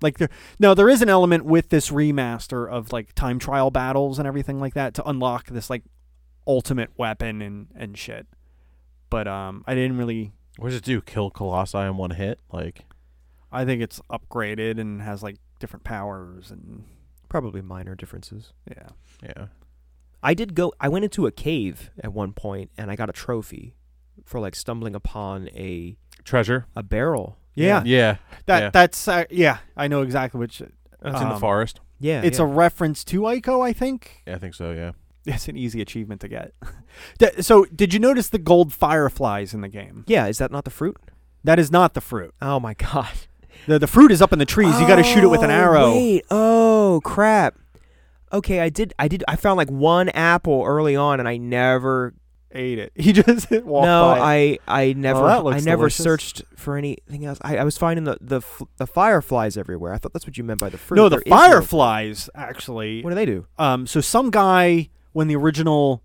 Speaker 2: Like there, no, there is an element with this remaster of like time trial battles and everything like that to unlock this like ultimate weapon and and shit. But um, I didn't really.
Speaker 4: What does it do? Kill Colossi in one hit? Like
Speaker 2: I think it's upgraded and has like different powers and
Speaker 3: Probably minor differences.
Speaker 2: yeah.
Speaker 4: yeah.
Speaker 3: I did go. I went into a cave at one point, and I got a trophy for like stumbling upon a
Speaker 4: Treasure.
Speaker 3: a barrel.
Speaker 2: Yeah.
Speaker 4: Yeah.
Speaker 2: That
Speaker 4: Yeah.
Speaker 2: that's uh, yeah. I know exactly which.
Speaker 4: It's in the
Speaker 2: Um,
Speaker 4: forest.
Speaker 3: yeah.
Speaker 2: it's
Speaker 3: yeah.
Speaker 2: a reference to Ico, I think.
Speaker 4: Yeah, I think so, yeah.
Speaker 2: It's an easy achievement to get. That- so, did you notice the gold fireflies in the game?
Speaker 3: yeah. Is that not the fruit?
Speaker 2: That is not the fruit.
Speaker 3: Oh my god.
Speaker 2: The, the fruit is up in the trees. you got to shoot it with an
Speaker 3: Oh,
Speaker 2: arrow.
Speaker 3: Wait. Oh crap. Okay, I did. I did. I found like one apple early on, and I never.
Speaker 2: Ate it. He just walked
Speaker 3: no,
Speaker 2: by.
Speaker 3: I I never.
Speaker 2: that looks
Speaker 3: I never
Speaker 2: delicious.
Speaker 3: searched for anything else. I, I was finding the the, fl- the fireflies everywhere. I thought that's what you meant by the fruit.
Speaker 2: no, the
Speaker 3: There is
Speaker 2: fireflies actually.
Speaker 3: What do they do?
Speaker 2: Um, so some guy when the original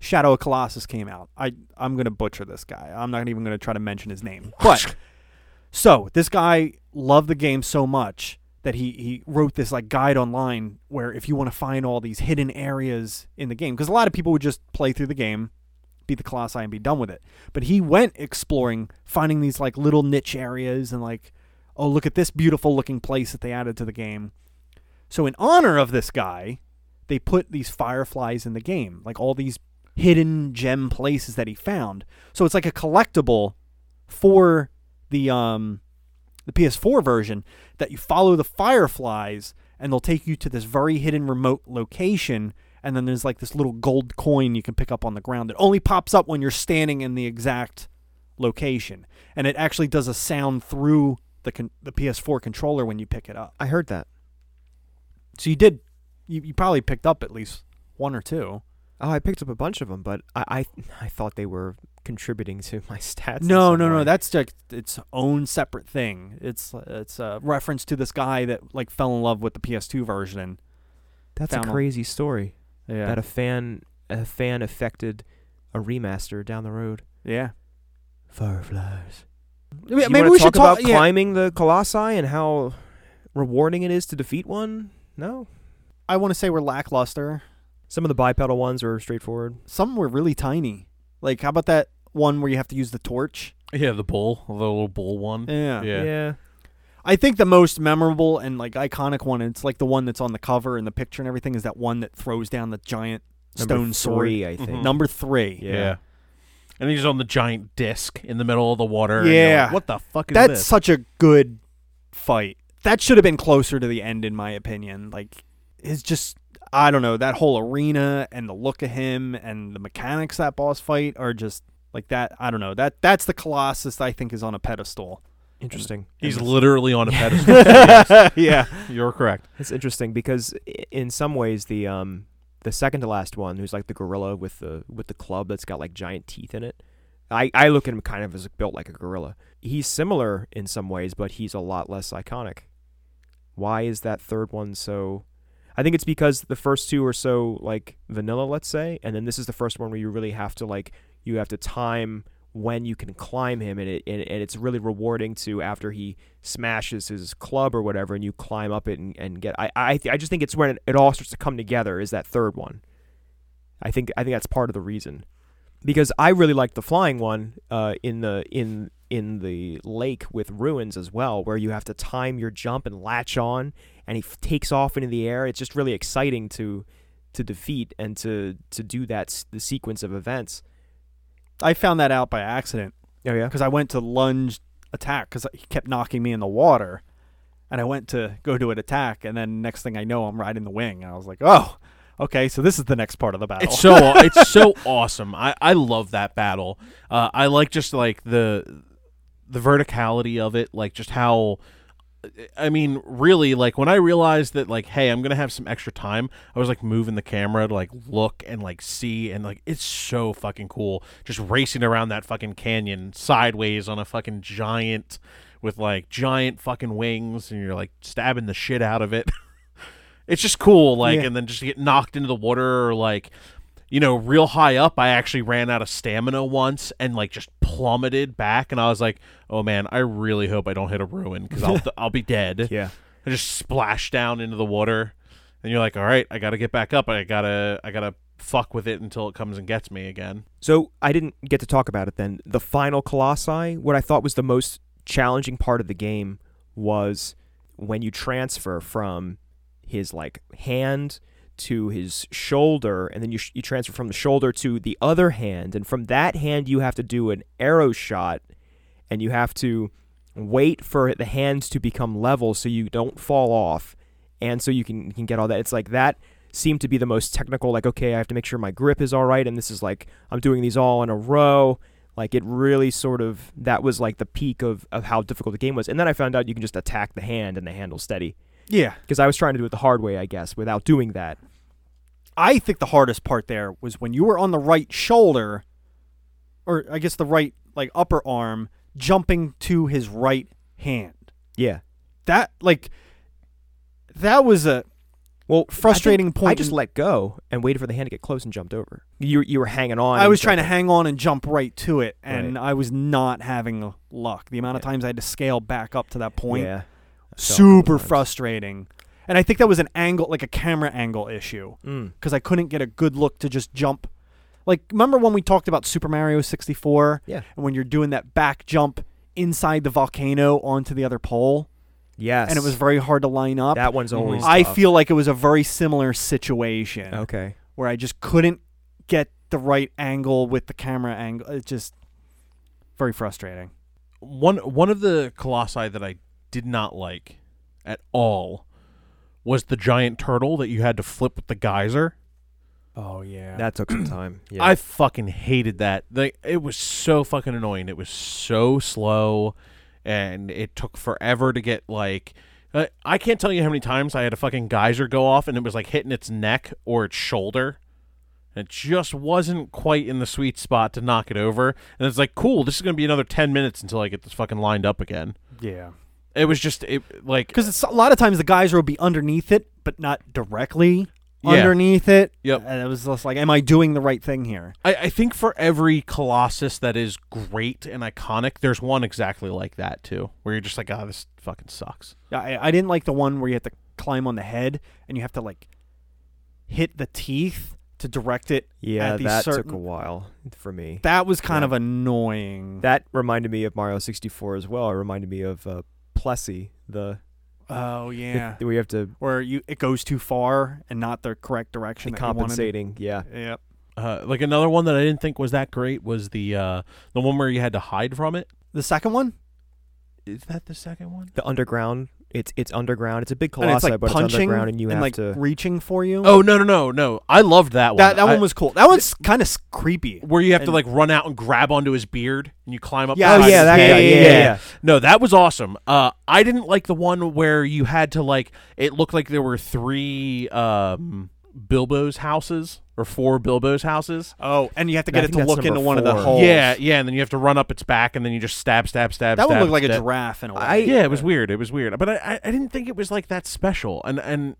Speaker 2: Shadow of Colossus came out, I I'm gonna butcher this guy. I'm not even gonna try to mention his name. But so this guy loved the game so much that he he wrote this like guide online where if you want to find all these hidden areas in the game, because a lot of people would just play through the game, beat the Colossi, and be done with it. But he went exploring, finding these like little niche areas and like, oh look at this beautiful looking place that they added to the game. So in honor of this guy, they put these fireflies in the game, like all these hidden gem places that he found. So it's like a collectible for the um the PS4 version that you follow the fireflies and they'll take you to this very hidden remote location and then there's like this little gold coin you can pick up on the ground that only pops up when you're standing in the exact location and it actually does a sound through the con- the PS4 controller when you pick it up.
Speaker 3: I heard that.
Speaker 2: So you did you, you probably picked up at least one or two.
Speaker 3: Oh, I picked up a bunch of them, but I I, I thought they were contributing to my stats. in
Speaker 2: no,
Speaker 3: some
Speaker 2: no, no.
Speaker 3: way.
Speaker 2: That's like its own separate thing. It's it's a reference to this guy that like fell in love with the PS2 version. And,
Speaker 3: that's a
Speaker 2: found 'em.
Speaker 3: crazy story
Speaker 2: yeah,
Speaker 3: that a fan a fan affected a remaster down the road.
Speaker 2: yeah.
Speaker 3: Fireflies.
Speaker 2: I mean,
Speaker 3: you
Speaker 2: maybe
Speaker 3: wanna
Speaker 2: we
Speaker 3: talk
Speaker 2: should talk.
Speaker 3: about
Speaker 2: yeah.
Speaker 3: climbing the colossi and how rewarding it is to defeat one. No,
Speaker 2: I want to say we're lackluster.
Speaker 3: some of the bipedal ones are straightforward.
Speaker 2: Some were really tiny. Like how about that one where you have to use the torch?
Speaker 4: Yeah, the bull, the little bull one.
Speaker 2: Mm-hmm. Yeah.
Speaker 4: Yeah.
Speaker 2: I think the most memorable and like iconic one, it's like the one that's on the cover and the picture and everything, is that one that throws down the giant stone
Speaker 3: Number
Speaker 2: sword. Mm-hmm.
Speaker 3: three, I think.
Speaker 4: Mhm.
Speaker 2: Number three.
Speaker 3: Yeah.
Speaker 4: And he's on the giant disc in the middle of the water. and you're
Speaker 2: Yeah.
Speaker 4: like, what the fuck is
Speaker 2: That's
Speaker 4: this?
Speaker 2: such a good fight. That should have been closer to the end, in my opinion. Like, it's just, I don't know, that whole arena and the look of him and the mechanics of that boss fight are just like that. I don't know. That That's the Colossus I think is on a pedestal.
Speaker 3: Interesting.
Speaker 4: He's
Speaker 2: Yeah.
Speaker 4: literally on a pedestal. Yes,
Speaker 2: yeah.
Speaker 4: you're correct.
Speaker 3: It's interesting because i- in some ways the um the second to last one who's like the gorilla with the with the club that's got like giant teeth in it. I, I look at him kind of as built like a gorilla. He's similar in some ways, but he's a lot less iconic. Why is that third one so? I think it's because the first two are so like vanilla, let's say, and then this is the first one where you really have to like you have to time when you can climb him, and it and, and it's really rewarding to after he smashes his club or whatever, and you climb up it and, and get. I I, I just think it's when it, it all starts to come together is that third one. I think I think that's part of the reason, because I really liked the flying one uh, in the in in the lake with ruins as well, where you have to time your jump and latch on, and he f- takes off into the air. It's just really exciting to to defeat and to to do that s- the sequence of events.
Speaker 2: I found that out by accident
Speaker 3: Oh yeah,
Speaker 2: because I went to lunge attack because he kept knocking me in the water. And I went to go to an attack, and then next thing I know, I'm riding the wing. And I was like, oh, Okay, so this is the next part of the battle.
Speaker 4: It's so aw- it's so awesome. I, I love that battle. Uh, I like just like the the verticality of it, like just how I mean, really, like when I realized that, like, hey, I'm gonna have some extra time, I was like moving the camera to like look and like see, and like it's so fucking cool, just racing around that fucking canyon sideways on a fucking giant with like giant fucking wings, and you're like stabbing the shit out of it. it's just cool, like,
Speaker 2: Yeah.
Speaker 4: and then just get knocked into the water, or like, you know, real high up. I actually ran out of stamina once and like just plummeted back, and I was like, oh man, I really hope I don't hit a ruin because I'll I'll be dead.
Speaker 3: Yeah.
Speaker 4: I just splash down into the water, and you're like, all right, I gotta get back up. I gotta I gotta fuck with it until it comes and gets me again.
Speaker 3: So I didn't get to talk about it then. The final Colossi, what I thought was the most challenging part of the game was when you transfer from his like hand to his shoulder and then you, sh- you transfer from the shoulder to the other hand and from that hand you have to do an arrow shot and you have to wait for the hands to become level so you don't fall off and so you can can get all that it's like that seemed to be the most technical like okay I have to make sure my grip is all right and this is like I'm doing these all in a row like it really sort of that was like the peak of of how difficult the game was and then I found out you can just attack the hand and the handle steady
Speaker 2: yeah,
Speaker 3: because I was trying to do it the hard way I guess without doing that
Speaker 2: I think the hardest part there was when you were on the right shoulder, or I guess the right like upper arm, jumping to his right hand.
Speaker 3: yeah
Speaker 2: That like that was a
Speaker 3: well
Speaker 2: Frustrating
Speaker 3: I think
Speaker 2: point
Speaker 3: I just
Speaker 2: in-
Speaker 3: let go and waited for the hand to get close and jumped over you you were hanging on
Speaker 2: I
Speaker 3: and
Speaker 2: was trying to
Speaker 3: jumping.
Speaker 2: hang on and jump right to it, and I was not having luck. The amount of
Speaker 3: Yeah.
Speaker 2: times I had to scale back up to that point,
Speaker 3: yeah I fell a couple
Speaker 2: super
Speaker 3: times.
Speaker 2: frustrating. And I think that was an angle, like a camera angle issue,
Speaker 3: Mm.
Speaker 2: because I couldn't get a good look to just jump. Like, remember when we talked about Super Mario 64?
Speaker 3: Yeah.
Speaker 2: And when you're doing that back jump inside the volcano onto the other pole,
Speaker 3: Yes.
Speaker 2: and it was very hard to line up.
Speaker 3: that one's always.
Speaker 2: I
Speaker 3: tough.
Speaker 2: feel like it was a very similar situation
Speaker 3: okay.
Speaker 2: where I just couldn't get the right angle with the camera angle. It's just very frustrating.
Speaker 4: One one of the colossi that I did not like at all was the giant turtle that you had to flip with the geyser.
Speaker 2: Oh yeah.
Speaker 3: That took some time. Yeah.
Speaker 4: I fucking hated that. Like it was so fucking annoying. It was so slow, and it took forever to get like. I- I can't tell you how many times I had a fucking geyser go off, and it was like hitting its neck or its shoulder. And it just wasn't quite in the sweet spot to knock it over. And it's like, cool, this is gonna be another ten minutes until I get this fucking lined up again.
Speaker 2: yeah.
Speaker 4: It was just it like
Speaker 2: Because it's a lot of times the guys will be underneath it, but not directly
Speaker 4: Yeah.
Speaker 2: underneath it.
Speaker 4: Yep.
Speaker 2: And it was just like, am I doing the right thing here?
Speaker 4: I, I think for every Colossus that is great and iconic, there's one exactly like that too, where you're just like, oh, this fucking sucks.
Speaker 2: I, I didn't like the one where you have to climb on the head and you have to like hit the teeth to direct it.
Speaker 3: yeah,
Speaker 2: at these
Speaker 3: that
Speaker 2: certain-
Speaker 3: took a while for me. That,
Speaker 2: That was kind
Speaker 3: Yeah.
Speaker 2: of annoying.
Speaker 3: reminded me of Mario 64 as well. It reminded me of uh, Plessy, the
Speaker 2: oh yeah.
Speaker 3: the- where you have to
Speaker 2: where you it goes too far and not the correct direction.
Speaker 3: be
Speaker 2: that you wanted it.
Speaker 3: compensating. Yeah.
Speaker 2: Yep.
Speaker 4: Uh, like another one that I didn't think was that great was the uh, the one where you had to hide from it.
Speaker 2: The second one?
Speaker 4: Is that the second one?
Speaker 3: The underground. It's it's underground. It's a big
Speaker 2: And
Speaker 3: colossi,
Speaker 2: it's like
Speaker 3: but it's
Speaker 2: punching
Speaker 3: underground, and you have
Speaker 2: like
Speaker 3: to.
Speaker 2: reaching for you.
Speaker 4: Oh no no no no! I loved that one.
Speaker 2: that that
Speaker 4: I-
Speaker 2: one was cool. That one's kind of creepy.
Speaker 4: where you have to
Speaker 2: and-
Speaker 4: like run out and grab onto his beard and you climb up.
Speaker 2: Yeah,
Speaker 4: behind
Speaker 3: oh yeah,
Speaker 4: his
Speaker 3: that
Speaker 4: head.
Speaker 3: guy. Yeah, yeah. yeah.
Speaker 4: No, that was awesome. Uh, I didn't like the one where you had to like. It looked like there were three um, Bilbo's houses or four Bilbo's houses.
Speaker 2: Oh, and you have to
Speaker 3: No, I
Speaker 2: get it
Speaker 3: think
Speaker 2: to
Speaker 3: that's
Speaker 2: look into
Speaker 3: number
Speaker 2: one of the
Speaker 3: four.
Speaker 2: holes.
Speaker 4: Yeah, yeah, and then you have to run up its back, and then you just stab, stab, stab.
Speaker 2: that one
Speaker 4: stab,
Speaker 2: looked like a
Speaker 4: stab.
Speaker 2: giraffe in a way.
Speaker 3: I-
Speaker 4: Yeah, it was weird. It was weird, but I, I, I didn't think it was like that special, and and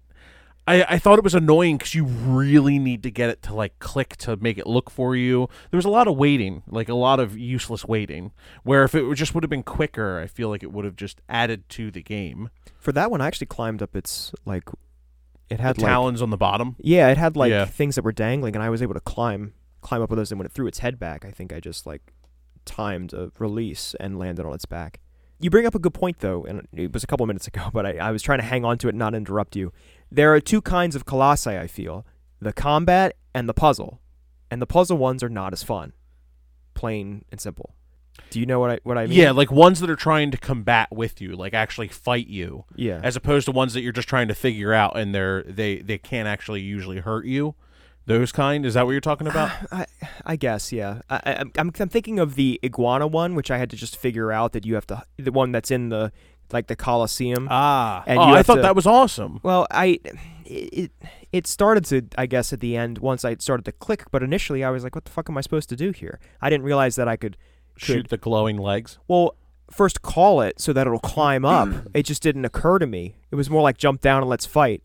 Speaker 4: I, I thought it was annoying because you really need to get it to like click to make it look for you. There was a lot of waiting, like a lot of useless waiting. Where if it would- just would have been quicker, I feel like it would have just added to the game.
Speaker 3: For that one, I actually climbed up its like. It
Speaker 4: The
Speaker 3: had like
Speaker 4: talons on the bottom.
Speaker 3: Yeah, it had like
Speaker 4: Yeah.
Speaker 3: things that were dangling, and I was able to climb climb up with those. And when it threw its head back, I think I just like timed a release and landed on its back. You bring up a good point though, and it was a couple of minutes ago, but I, I was trying to hang on to it, and not interrupt you. There are two kinds of colossi. I feel the combat and the puzzle, and the puzzle ones are not as fun, plain and simple. Do you know what I what I mean?
Speaker 4: yeah, like ones that are trying to combat with you, like actually fight you,
Speaker 3: Yeah.
Speaker 4: as opposed to ones that you're just trying to figure out and they're they they can't actually usually hurt you. Those kind. Is that what you're talking about?
Speaker 3: I, I guess, yeah. I, I, I'm, I'm thinking of the iguana one, which I had to just figure out that you have to the one that's in the like the Colosseum.
Speaker 2: Ah.
Speaker 3: and
Speaker 4: oh,
Speaker 3: you
Speaker 4: I
Speaker 3: have
Speaker 4: thought
Speaker 3: to-
Speaker 4: that was awesome.
Speaker 3: Well, I it it started to I guess at the end once I started to click, but initially I was like, what the fuck am I supposed to do here? I didn't realize that I could
Speaker 4: Shoot the glowing legs.
Speaker 3: well first call it so that it'll climb up. it just didn't occur to me. It was more like jump down and let's fight.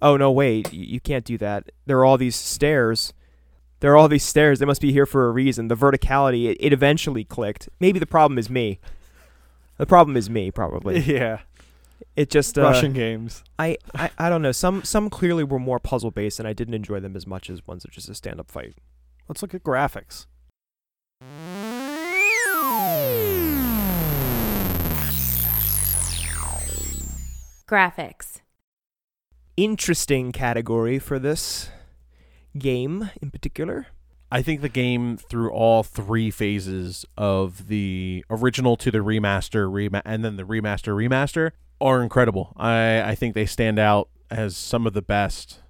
Speaker 3: Oh no, wait, y- you can't do that. There are all these stairs. There are all these stairs. They must be here for a reason. The verticality. It, it eventually clicked. Maybe the problem is me. The problem is me, probably.
Speaker 2: yeah.
Speaker 3: It just uh,
Speaker 2: Russian games.
Speaker 3: I, I I don't know. Some some clearly were more puzzle based, and I didn't enjoy them as much as ones that just a stand up fight.
Speaker 2: Let's look at graphics.
Speaker 1: Graphics.
Speaker 3: Interesting category for this game in particular.
Speaker 4: I think the game through all three phases of the original to the remaster, rema- and then the remaster, remaster are incredible. I, I think they stand out as some of the best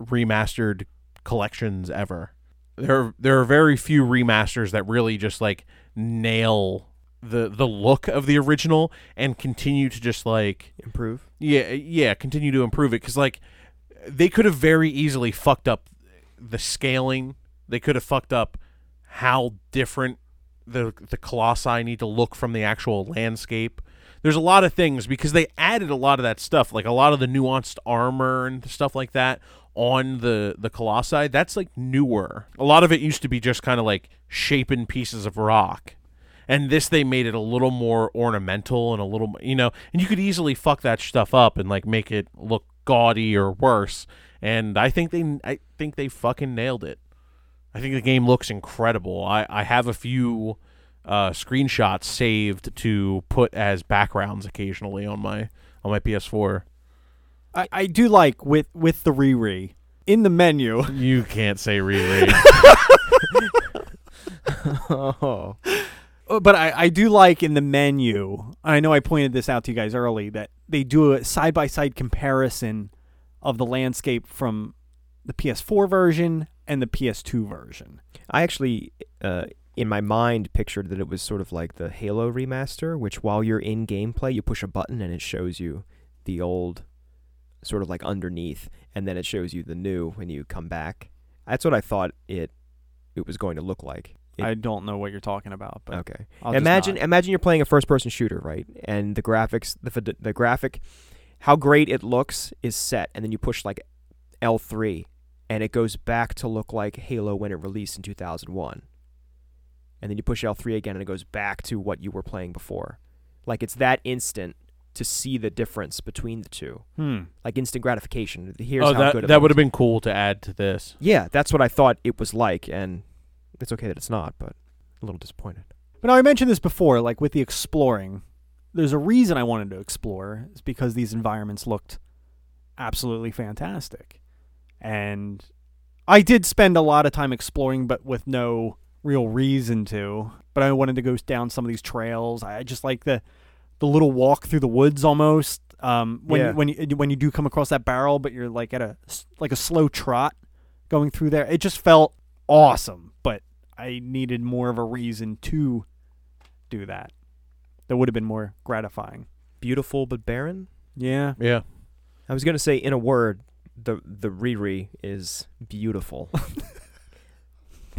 Speaker 4: remastered collections ever. There there are very few remasters that really just like nail the the look of the original and continue to just like
Speaker 3: Improve.
Speaker 4: yeah, uh, yeah, continue to improve it because like they could have very easily fucked up the scaling. They could have fucked up how different the the colossi need to look from the actual landscape. There's a lot of things because they added a lot of that stuff, like a lot of the nuanced armor and stuff like that on the the colossi. That's like newer. A lot of it used to be just kind of like shapen pieces of rock and this they made it a little more ornamental and a little you know and you could easily fuck that stuff up and like make it look gaudy or worse and i think they i think they fucking nailed it i think the game looks incredible i i have a few uh screenshots saved to put as backgrounds occasionally on my on my ps4
Speaker 2: I, I do like with with the re-re in the menu.
Speaker 4: you can't say really
Speaker 3: Oh.
Speaker 2: Uh, But I, I do like in the menu. I know I pointed this out to you guys early that they do a side by side comparison of the landscape from the PS4 version and the PS2 version.
Speaker 3: I actually, uh, in my mind, pictured that it was sort of like the Halo remaster, which while you're in gameplay, you push a button and it shows you the old, sort of like underneath, and then it shows you the new when you come back. That's what I thought it it was going to look like. It-
Speaker 2: I don't know what you're talking about, but
Speaker 3: okay.
Speaker 2: I'll just
Speaker 3: imagine e-
Speaker 2: nod.
Speaker 3: imagine you're playing a first person shooter, right? And the graphics, the fide- the graphic, how great it looks is set, and then you push like L three, and it goes back to look like Halo when it released in two thousand one. And then you push L three again, and it goes back to what you were playing before. Like it's that instant to see the difference between the two,
Speaker 2: Hmm.
Speaker 3: like instant gratification. Here's
Speaker 4: oh
Speaker 3: how good
Speaker 4: that,
Speaker 3: it
Speaker 4: that would
Speaker 3: looks.
Speaker 4: have been cool to add to this
Speaker 3: Yeah, that's what I thought it was like, and it's okay that it's not, but a little disappointed.
Speaker 2: But now I mentioned this before, like with the exploring. There's a reason I wanted to explore is because these environments looked absolutely fantastic, and I did spend a lot of time exploring, but with no real reason to. But I wanted to go down some of these trails. I just like the the little walk through the woods almost. Um, when
Speaker 3: Yeah.
Speaker 2: you, when you when you do come across that barrel, but you're like at a s- like a slow trot going through there. It just felt awesome, but I needed more of a reason to do that. That would have been more gratifying.
Speaker 3: Beautiful but barren.
Speaker 2: Yeah.
Speaker 4: yeah
Speaker 3: I was gonna say, in a word, the the Riri is beautiful.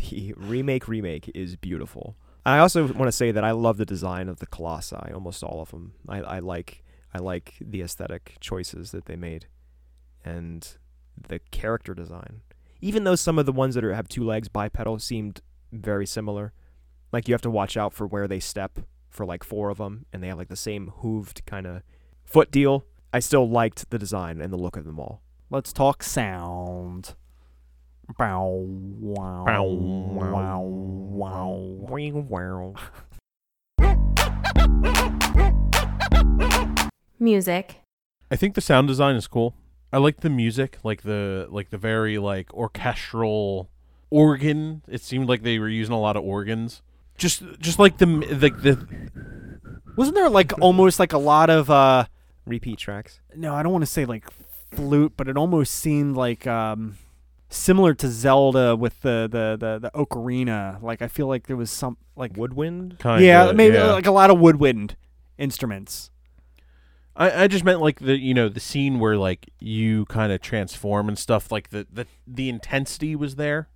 Speaker 3: the remake remake is beautiful. I also want to say that I love the design of the Colossi, almost all of them. I, I like I like the aesthetic choices that they made, and the character design. Even though some of the ones that are, have two legs bipedal seemed very similar, like you have to watch out for where they step for like four of them, and they have like the same hooved kind of foot deal. I still liked the design and the look of them all.
Speaker 2: Let's talk sound. Bow wow.
Speaker 4: Bow,
Speaker 2: wow
Speaker 4: wow,
Speaker 2: wow.
Speaker 1: Music.
Speaker 4: I think the sound design is cool. I like the music, like the like the very like orchestral organ. It seemed like they were using a lot of organs. just just like the like the,
Speaker 2: Wasn't there like almost like a lot of uh
Speaker 3: Repeat tracks.
Speaker 2: no, I don't want to say like flute, but it almost seemed like um similar to Zelda with the the the, the ocarina. Like I feel like there was some like
Speaker 3: Woodwind.
Speaker 4: kind
Speaker 2: yeah, maybe like a lot of woodwind instruments.
Speaker 4: I, I just meant like the you know the scene where like you kind of transform and stuff like the, the the intensity was there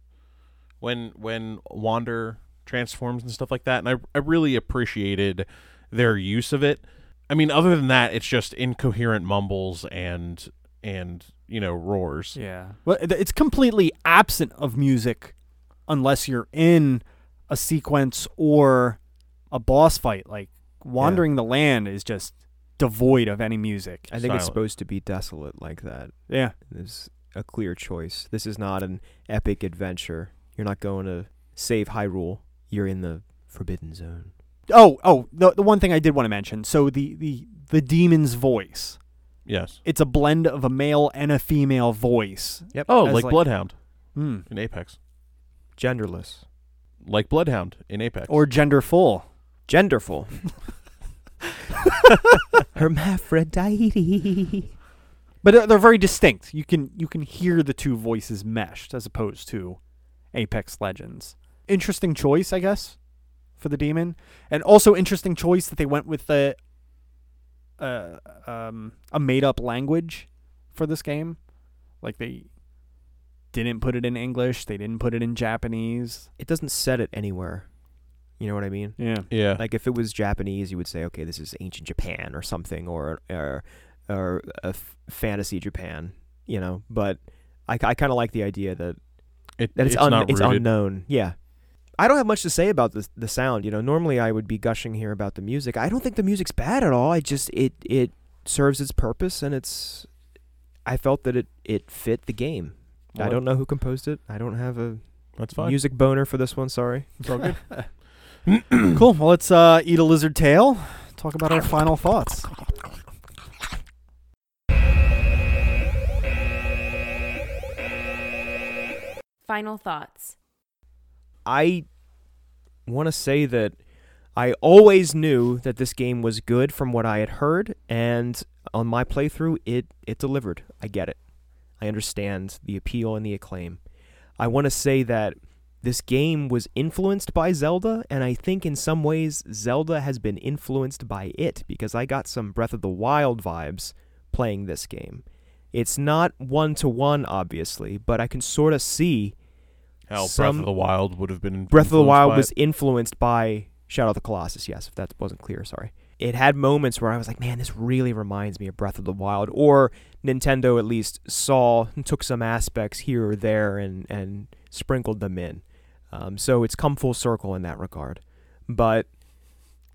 Speaker 4: when when Wander transforms and stuff like that and I, I really appreciated their use of it. I mean other than that it's just incoherent mumbles and and you know roars.
Speaker 2: Yeah. Well, it- it's completely absent of music unless you're in a sequence or a boss fight. Like wandering the land is just devoid of any music.
Speaker 3: I think
Speaker 4: Silent.
Speaker 3: it's supposed to be desolate like that.
Speaker 2: Yeah.
Speaker 3: There's a clear choice. This is not an epic adventure. You're not going to save Hyrule. You're in the Forbidden Zone.
Speaker 2: Oh, oh, the, the one thing I did want to mention. So the the the demon's voice.
Speaker 4: Yes.
Speaker 2: It's a blend of a male and a female voice.
Speaker 3: Yep.
Speaker 4: Oh,
Speaker 2: As
Speaker 4: like,
Speaker 2: like-
Speaker 4: Bloodhound
Speaker 2: Hmm.
Speaker 4: in Apex.
Speaker 3: Genderless.
Speaker 4: Like Bloodhound in Apex.
Speaker 2: Or genderful.
Speaker 3: Genderful. Hermaphrodite.
Speaker 2: But they're, they're very distinct. You can you can hear the two voices meshed as opposed to Apex Legends. Interesting choice, I guess, for the demon, and also interesting choice that they went with the uh, um, a made up language for this game. Like they didn't put it in English. They didn't put it in Japanese.
Speaker 3: It doesn't set it anywhere. You know what I mean?
Speaker 2: Yeah.
Speaker 4: yeah.
Speaker 3: Like if it was Japanese, you would say, okay, this is ancient Japan or something, or or, or a f- fantasy Japan. You know, but I, I kind of like the idea that
Speaker 4: It-
Speaker 3: that it's, un-
Speaker 4: not
Speaker 3: it's
Speaker 4: rooted.
Speaker 3: unknown. Yeah. I don't have much to say about the the sound. You know, normally I would be gushing here about the music. I don't think the music's bad at all. I just it it serves its purpose and it's I felt that it it fit the game. I
Speaker 4: Well,
Speaker 3: don't know who composed it. I don't have a
Speaker 4: That's fine.
Speaker 3: music boner for this one, sorry.
Speaker 4: It's all good.
Speaker 2: Cool. Well, let's uh, eat a lizard tail. Talk about our final thoughts.
Speaker 1: Final thoughts.
Speaker 3: I want to say that I always knew that this game was good from what I had heard, and on my playthrough, it it delivered. I get it. I understand the appeal and the acclaim. I want to say that this game was influenced by Zelda, and I think in some ways Zelda has been influenced by it because I got some Breath of the Wild vibes playing this game. It's not one to one, obviously, but I can sort of see
Speaker 4: Hell, Breath
Speaker 3: Some-
Speaker 4: of the Wild would have been
Speaker 3: Breath of the
Speaker 4: influenced
Speaker 3: Wild
Speaker 4: by
Speaker 3: was
Speaker 4: it.
Speaker 3: influenced by Shadow of the Colossus. Yes, if that wasn't clear, sorry. It had moments where I was like, man, this really reminds me of Breath of the Wild, or Nintendo at least saw and took some aspects here or there and and sprinkled them in. Um, so it's come full circle in that regard. But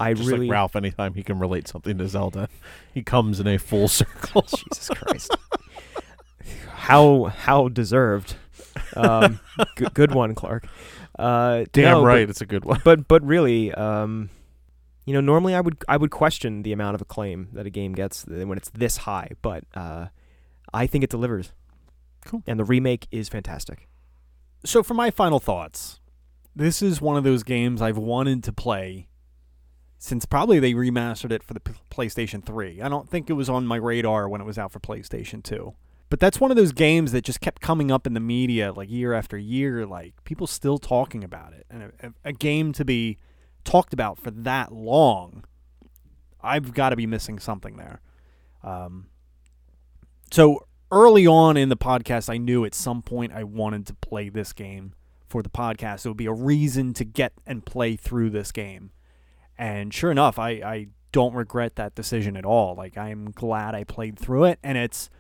Speaker 3: I
Speaker 4: Just
Speaker 3: really
Speaker 4: like Ralph, anytime he can relate something to Zelda, he comes in a full circle.
Speaker 3: Jesus Christ. how how deserved. Um, g- good one, Clark. Uh,
Speaker 4: Damn
Speaker 3: no, but-
Speaker 4: right, it's a good one.
Speaker 3: but but really, um, you know, normally I would I would question the amount of acclaim that a game gets when it's this high, but uh, I think it delivers.
Speaker 2: Cool.
Speaker 3: And the remake is fantastic.
Speaker 2: so for my final thoughts, this is one of those games I've wanted to play since probably they remastered it for the P- PlayStation 3. I don't think it was on my radar when it was out for PlayStation 2. But that's one of those games that just kept coming up in the media like year after year, like people still talking about it. And a, a- a game to be talked about for that long, I've got to be missing something there. Um, so early on in the podcast, I knew at some point I wanted to play this game for the podcast. It would be a reason to get and play through this game. And sure enough, I, I don't regret that decision at all. Like, I'm glad I played through it. And it's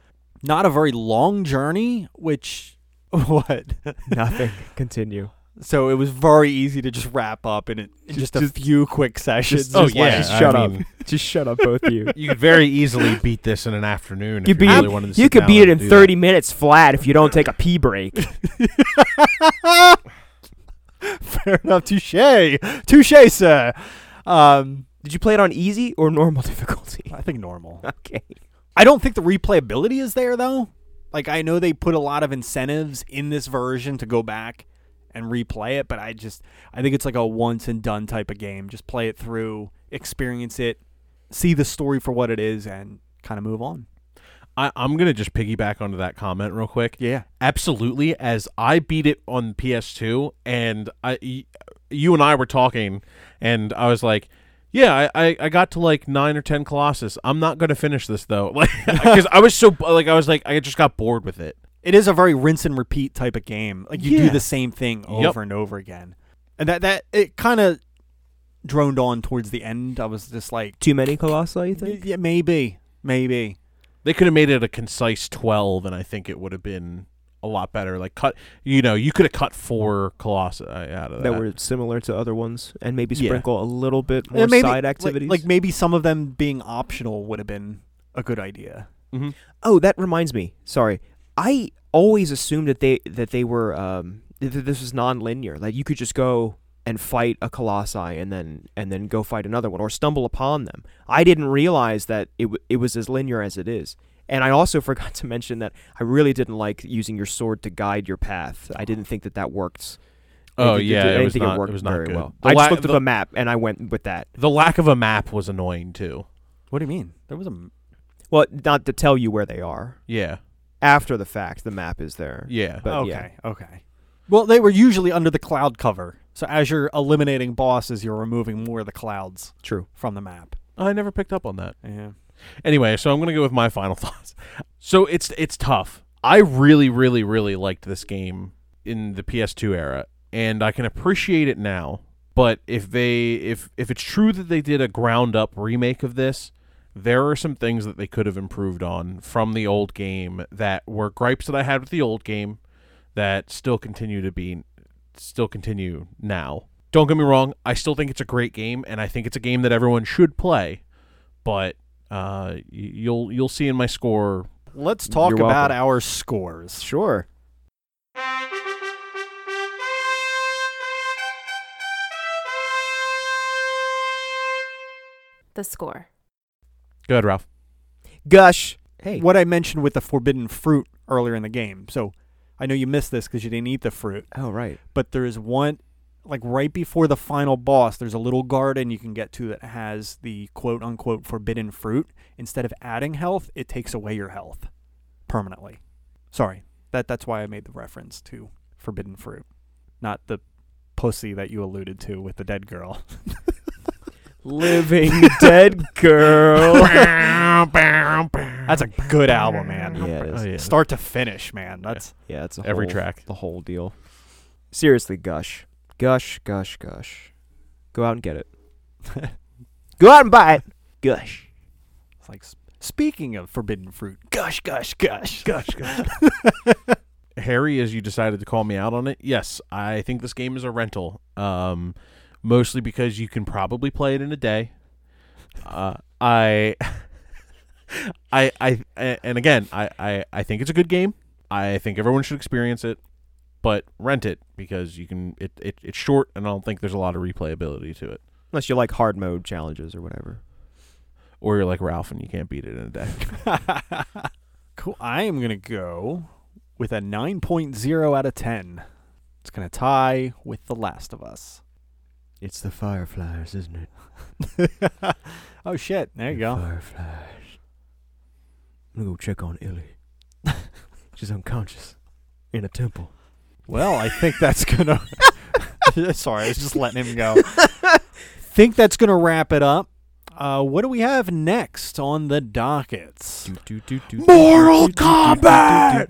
Speaker 2: not a very long journey, which. What?
Speaker 3: Nothing. Continue.
Speaker 2: so it was very easy to just wrap up in, it, in just, a few quick sessions.
Speaker 3: just- oh,
Speaker 2: Just like-
Speaker 3: yeah. just shut up. Just shut up, both of you.
Speaker 4: you could very easily beat this in an afternoon. if
Speaker 3: You
Speaker 4: you
Speaker 3: beat-
Speaker 4: really wanted to
Speaker 3: You
Speaker 4: sit
Speaker 3: could
Speaker 4: down
Speaker 3: beat it
Speaker 4: and
Speaker 3: in
Speaker 4: do
Speaker 3: 30 minutes flat if you don't take a pee break.
Speaker 2: Fair enough. Touche. Touche, sir. Um,
Speaker 3: Did you play it on easy or normal difficulty?
Speaker 2: I think normal.
Speaker 3: Okay.
Speaker 2: I don't think the replayability is there though. Like I know they put a lot of incentives in this version to go back and replay it, but I just I think it's like a once and done type of game. Just play it through, experience it, see the story for what it is, and kind of move on.
Speaker 4: I, I'm gonna just piggyback onto that comment real quick.
Speaker 2: Yeah.
Speaker 4: Absolutely, as I beat it on PS2, and I, y- you and I were talking, and I was like, "Yeah, I, I, I got to like nine or ten Colossus. I'm not gonna finish this though, like because I was so like I was like I just got bored with it.
Speaker 2: It is a very rinse and repeat type of game. Like you
Speaker 4: Yeah.
Speaker 2: do the same thing over
Speaker 4: Yep.
Speaker 2: and over again. And that that it kind of droned on towards the end. I was just like
Speaker 3: Too many Colossi, you
Speaker 2: "Y-
Speaker 3: think?
Speaker 2: yeah, maybe. Maybe.
Speaker 4: They could have made it a concise twelve, and I think it would have been a lot better. Like cut, you know, you could have cut four Colossus out of that.
Speaker 3: That were similar to other ones, and maybe
Speaker 4: uh, Yeah.
Speaker 3: sprinkle a little bit
Speaker 2: Yeah,
Speaker 3: more
Speaker 2: Uh, maybe-
Speaker 3: side
Speaker 2: like-
Speaker 3: activities.
Speaker 2: Like, maybe some of them being optional would have been a good idea.
Speaker 4: Mhm.
Speaker 3: Oh, that reminds me. Sorry, I always assumed that they that they were um, th- th- this was non-linear. Like you could just go and fight a colossi and then and then go fight another one or stumble upon them. I didn't realize that it w- it was as linear as it is. And I also forgot to mention that I really didn't like using your sword to guide your path. I didn't think that that worked. I
Speaker 4: Oh,
Speaker 3: didn't think
Speaker 4: yeah,
Speaker 3: I
Speaker 4: it
Speaker 3: didn't
Speaker 4: was
Speaker 3: think
Speaker 4: not- it
Speaker 3: worked
Speaker 4: was not
Speaker 3: very
Speaker 4: good.
Speaker 3: well.
Speaker 4: The
Speaker 3: I
Speaker 4: la-
Speaker 3: just looked up
Speaker 4: the-
Speaker 3: a map and I went with that.
Speaker 4: the lack of a map was annoying too.
Speaker 2: What do you mean? There was a m-
Speaker 3: Well, not to tell you where they are.
Speaker 4: Yeah,
Speaker 3: After the fact, the map is there.
Speaker 4: yeah.
Speaker 3: But yeah.
Speaker 2: okay, okay. Well, they were usually under the cloud cover, so as you're eliminating bosses, you're removing more of the clouds
Speaker 3: True.
Speaker 2: from the map.
Speaker 4: I never picked up on that.
Speaker 2: Yeah.
Speaker 4: Anyway, so I'm gonna go with my final thoughts. So it's it's tough. I really, really, really liked this game in the PS2 era, and I can appreciate it now. But if they if if it's true that they did a ground up remake of this, there are some things that they could have improved on from the old game that were gripes that I had with the old game that still continue to be still continue now. Don't get me wrong, I still think it's a great game and I think it's a game that everyone should play, but uh, y- you'll you'll see in my score.
Speaker 2: Let's talk
Speaker 3: You're
Speaker 2: about
Speaker 3: welcome.
Speaker 2: our scores.
Speaker 3: Sure.
Speaker 1: The score.
Speaker 4: Go ahead, Ralph.
Speaker 3: Gush. Hey.
Speaker 2: What I mentioned with the forbidden fruit earlier in the game. So I know you missed this because you didn't eat the fruit,
Speaker 3: Oh right.
Speaker 2: but there is one, like right before the final boss, there's a little garden you can get to that has the quote unquote forbidden fruit. Instead of adding health, it takes away your health permanently. Sorry, that that's why I made the reference to forbidden fruit, not the pussy that you alluded to with the dead girl.
Speaker 3: Living dead girl.
Speaker 2: That's a good album, man.
Speaker 3: Yeah, it is.
Speaker 4: Oh, yeah.
Speaker 2: Start to finish, man. That's
Speaker 3: Yeah, it's a
Speaker 4: every
Speaker 3: whole,
Speaker 4: track.
Speaker 3: The whole deal. Seriously, gush, gush, gush, gush. Go out and get it. Go out and buy it. Gush.
Speaker 2: it's like s- speaking of forbidden fruit. Gush, gush, gush.
Speaker 4: Gosh, gosh. Harry, as you decided to call me out on it, yes, I think this game is a rental. Um, mostly because you can probably play it in a day. Uh, I, I, I, a- and again, I, I, I think it's a good game. I think everyone should experience it, but rent it because you can. It, it it's short, and I don't think there's a lot of replayability to it.
Speaker 3: Unless you like hard mode challenges or whatever.
Speaker 4: Or you're like Ralph and you can't beat it in a day.
Speaker 2: cool. I am going to go with a 9.0 out of 10. It's going to tie with The Last of Us.
Speaker 3: It's the fireflies, isn't it?
Speaker 2: oh, shit. There you go.
Speaker 3: Fireflies. I'm gonna go check on Illy. She's unconscious in a temple.
Speaker 2: Well, I think that's going to. Sorry, I was just letting him go. think that's going to wrap it up. Uh, what do we have next on the dockets?
Speaker 4: Mortal Kombat!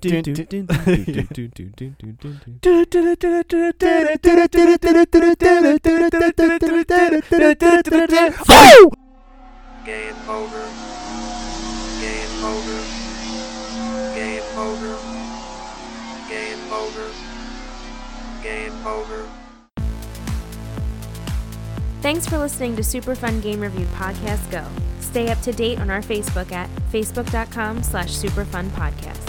Speaker 4: Oh!
Speaker 5: Game over. Game over. Game over. Game over. Game over.
Speaker 1: Thanks for listening to Super Fun Game Review Podcast Go. Stay up to date on our Facebook at facebook.com slash superfunpodcast.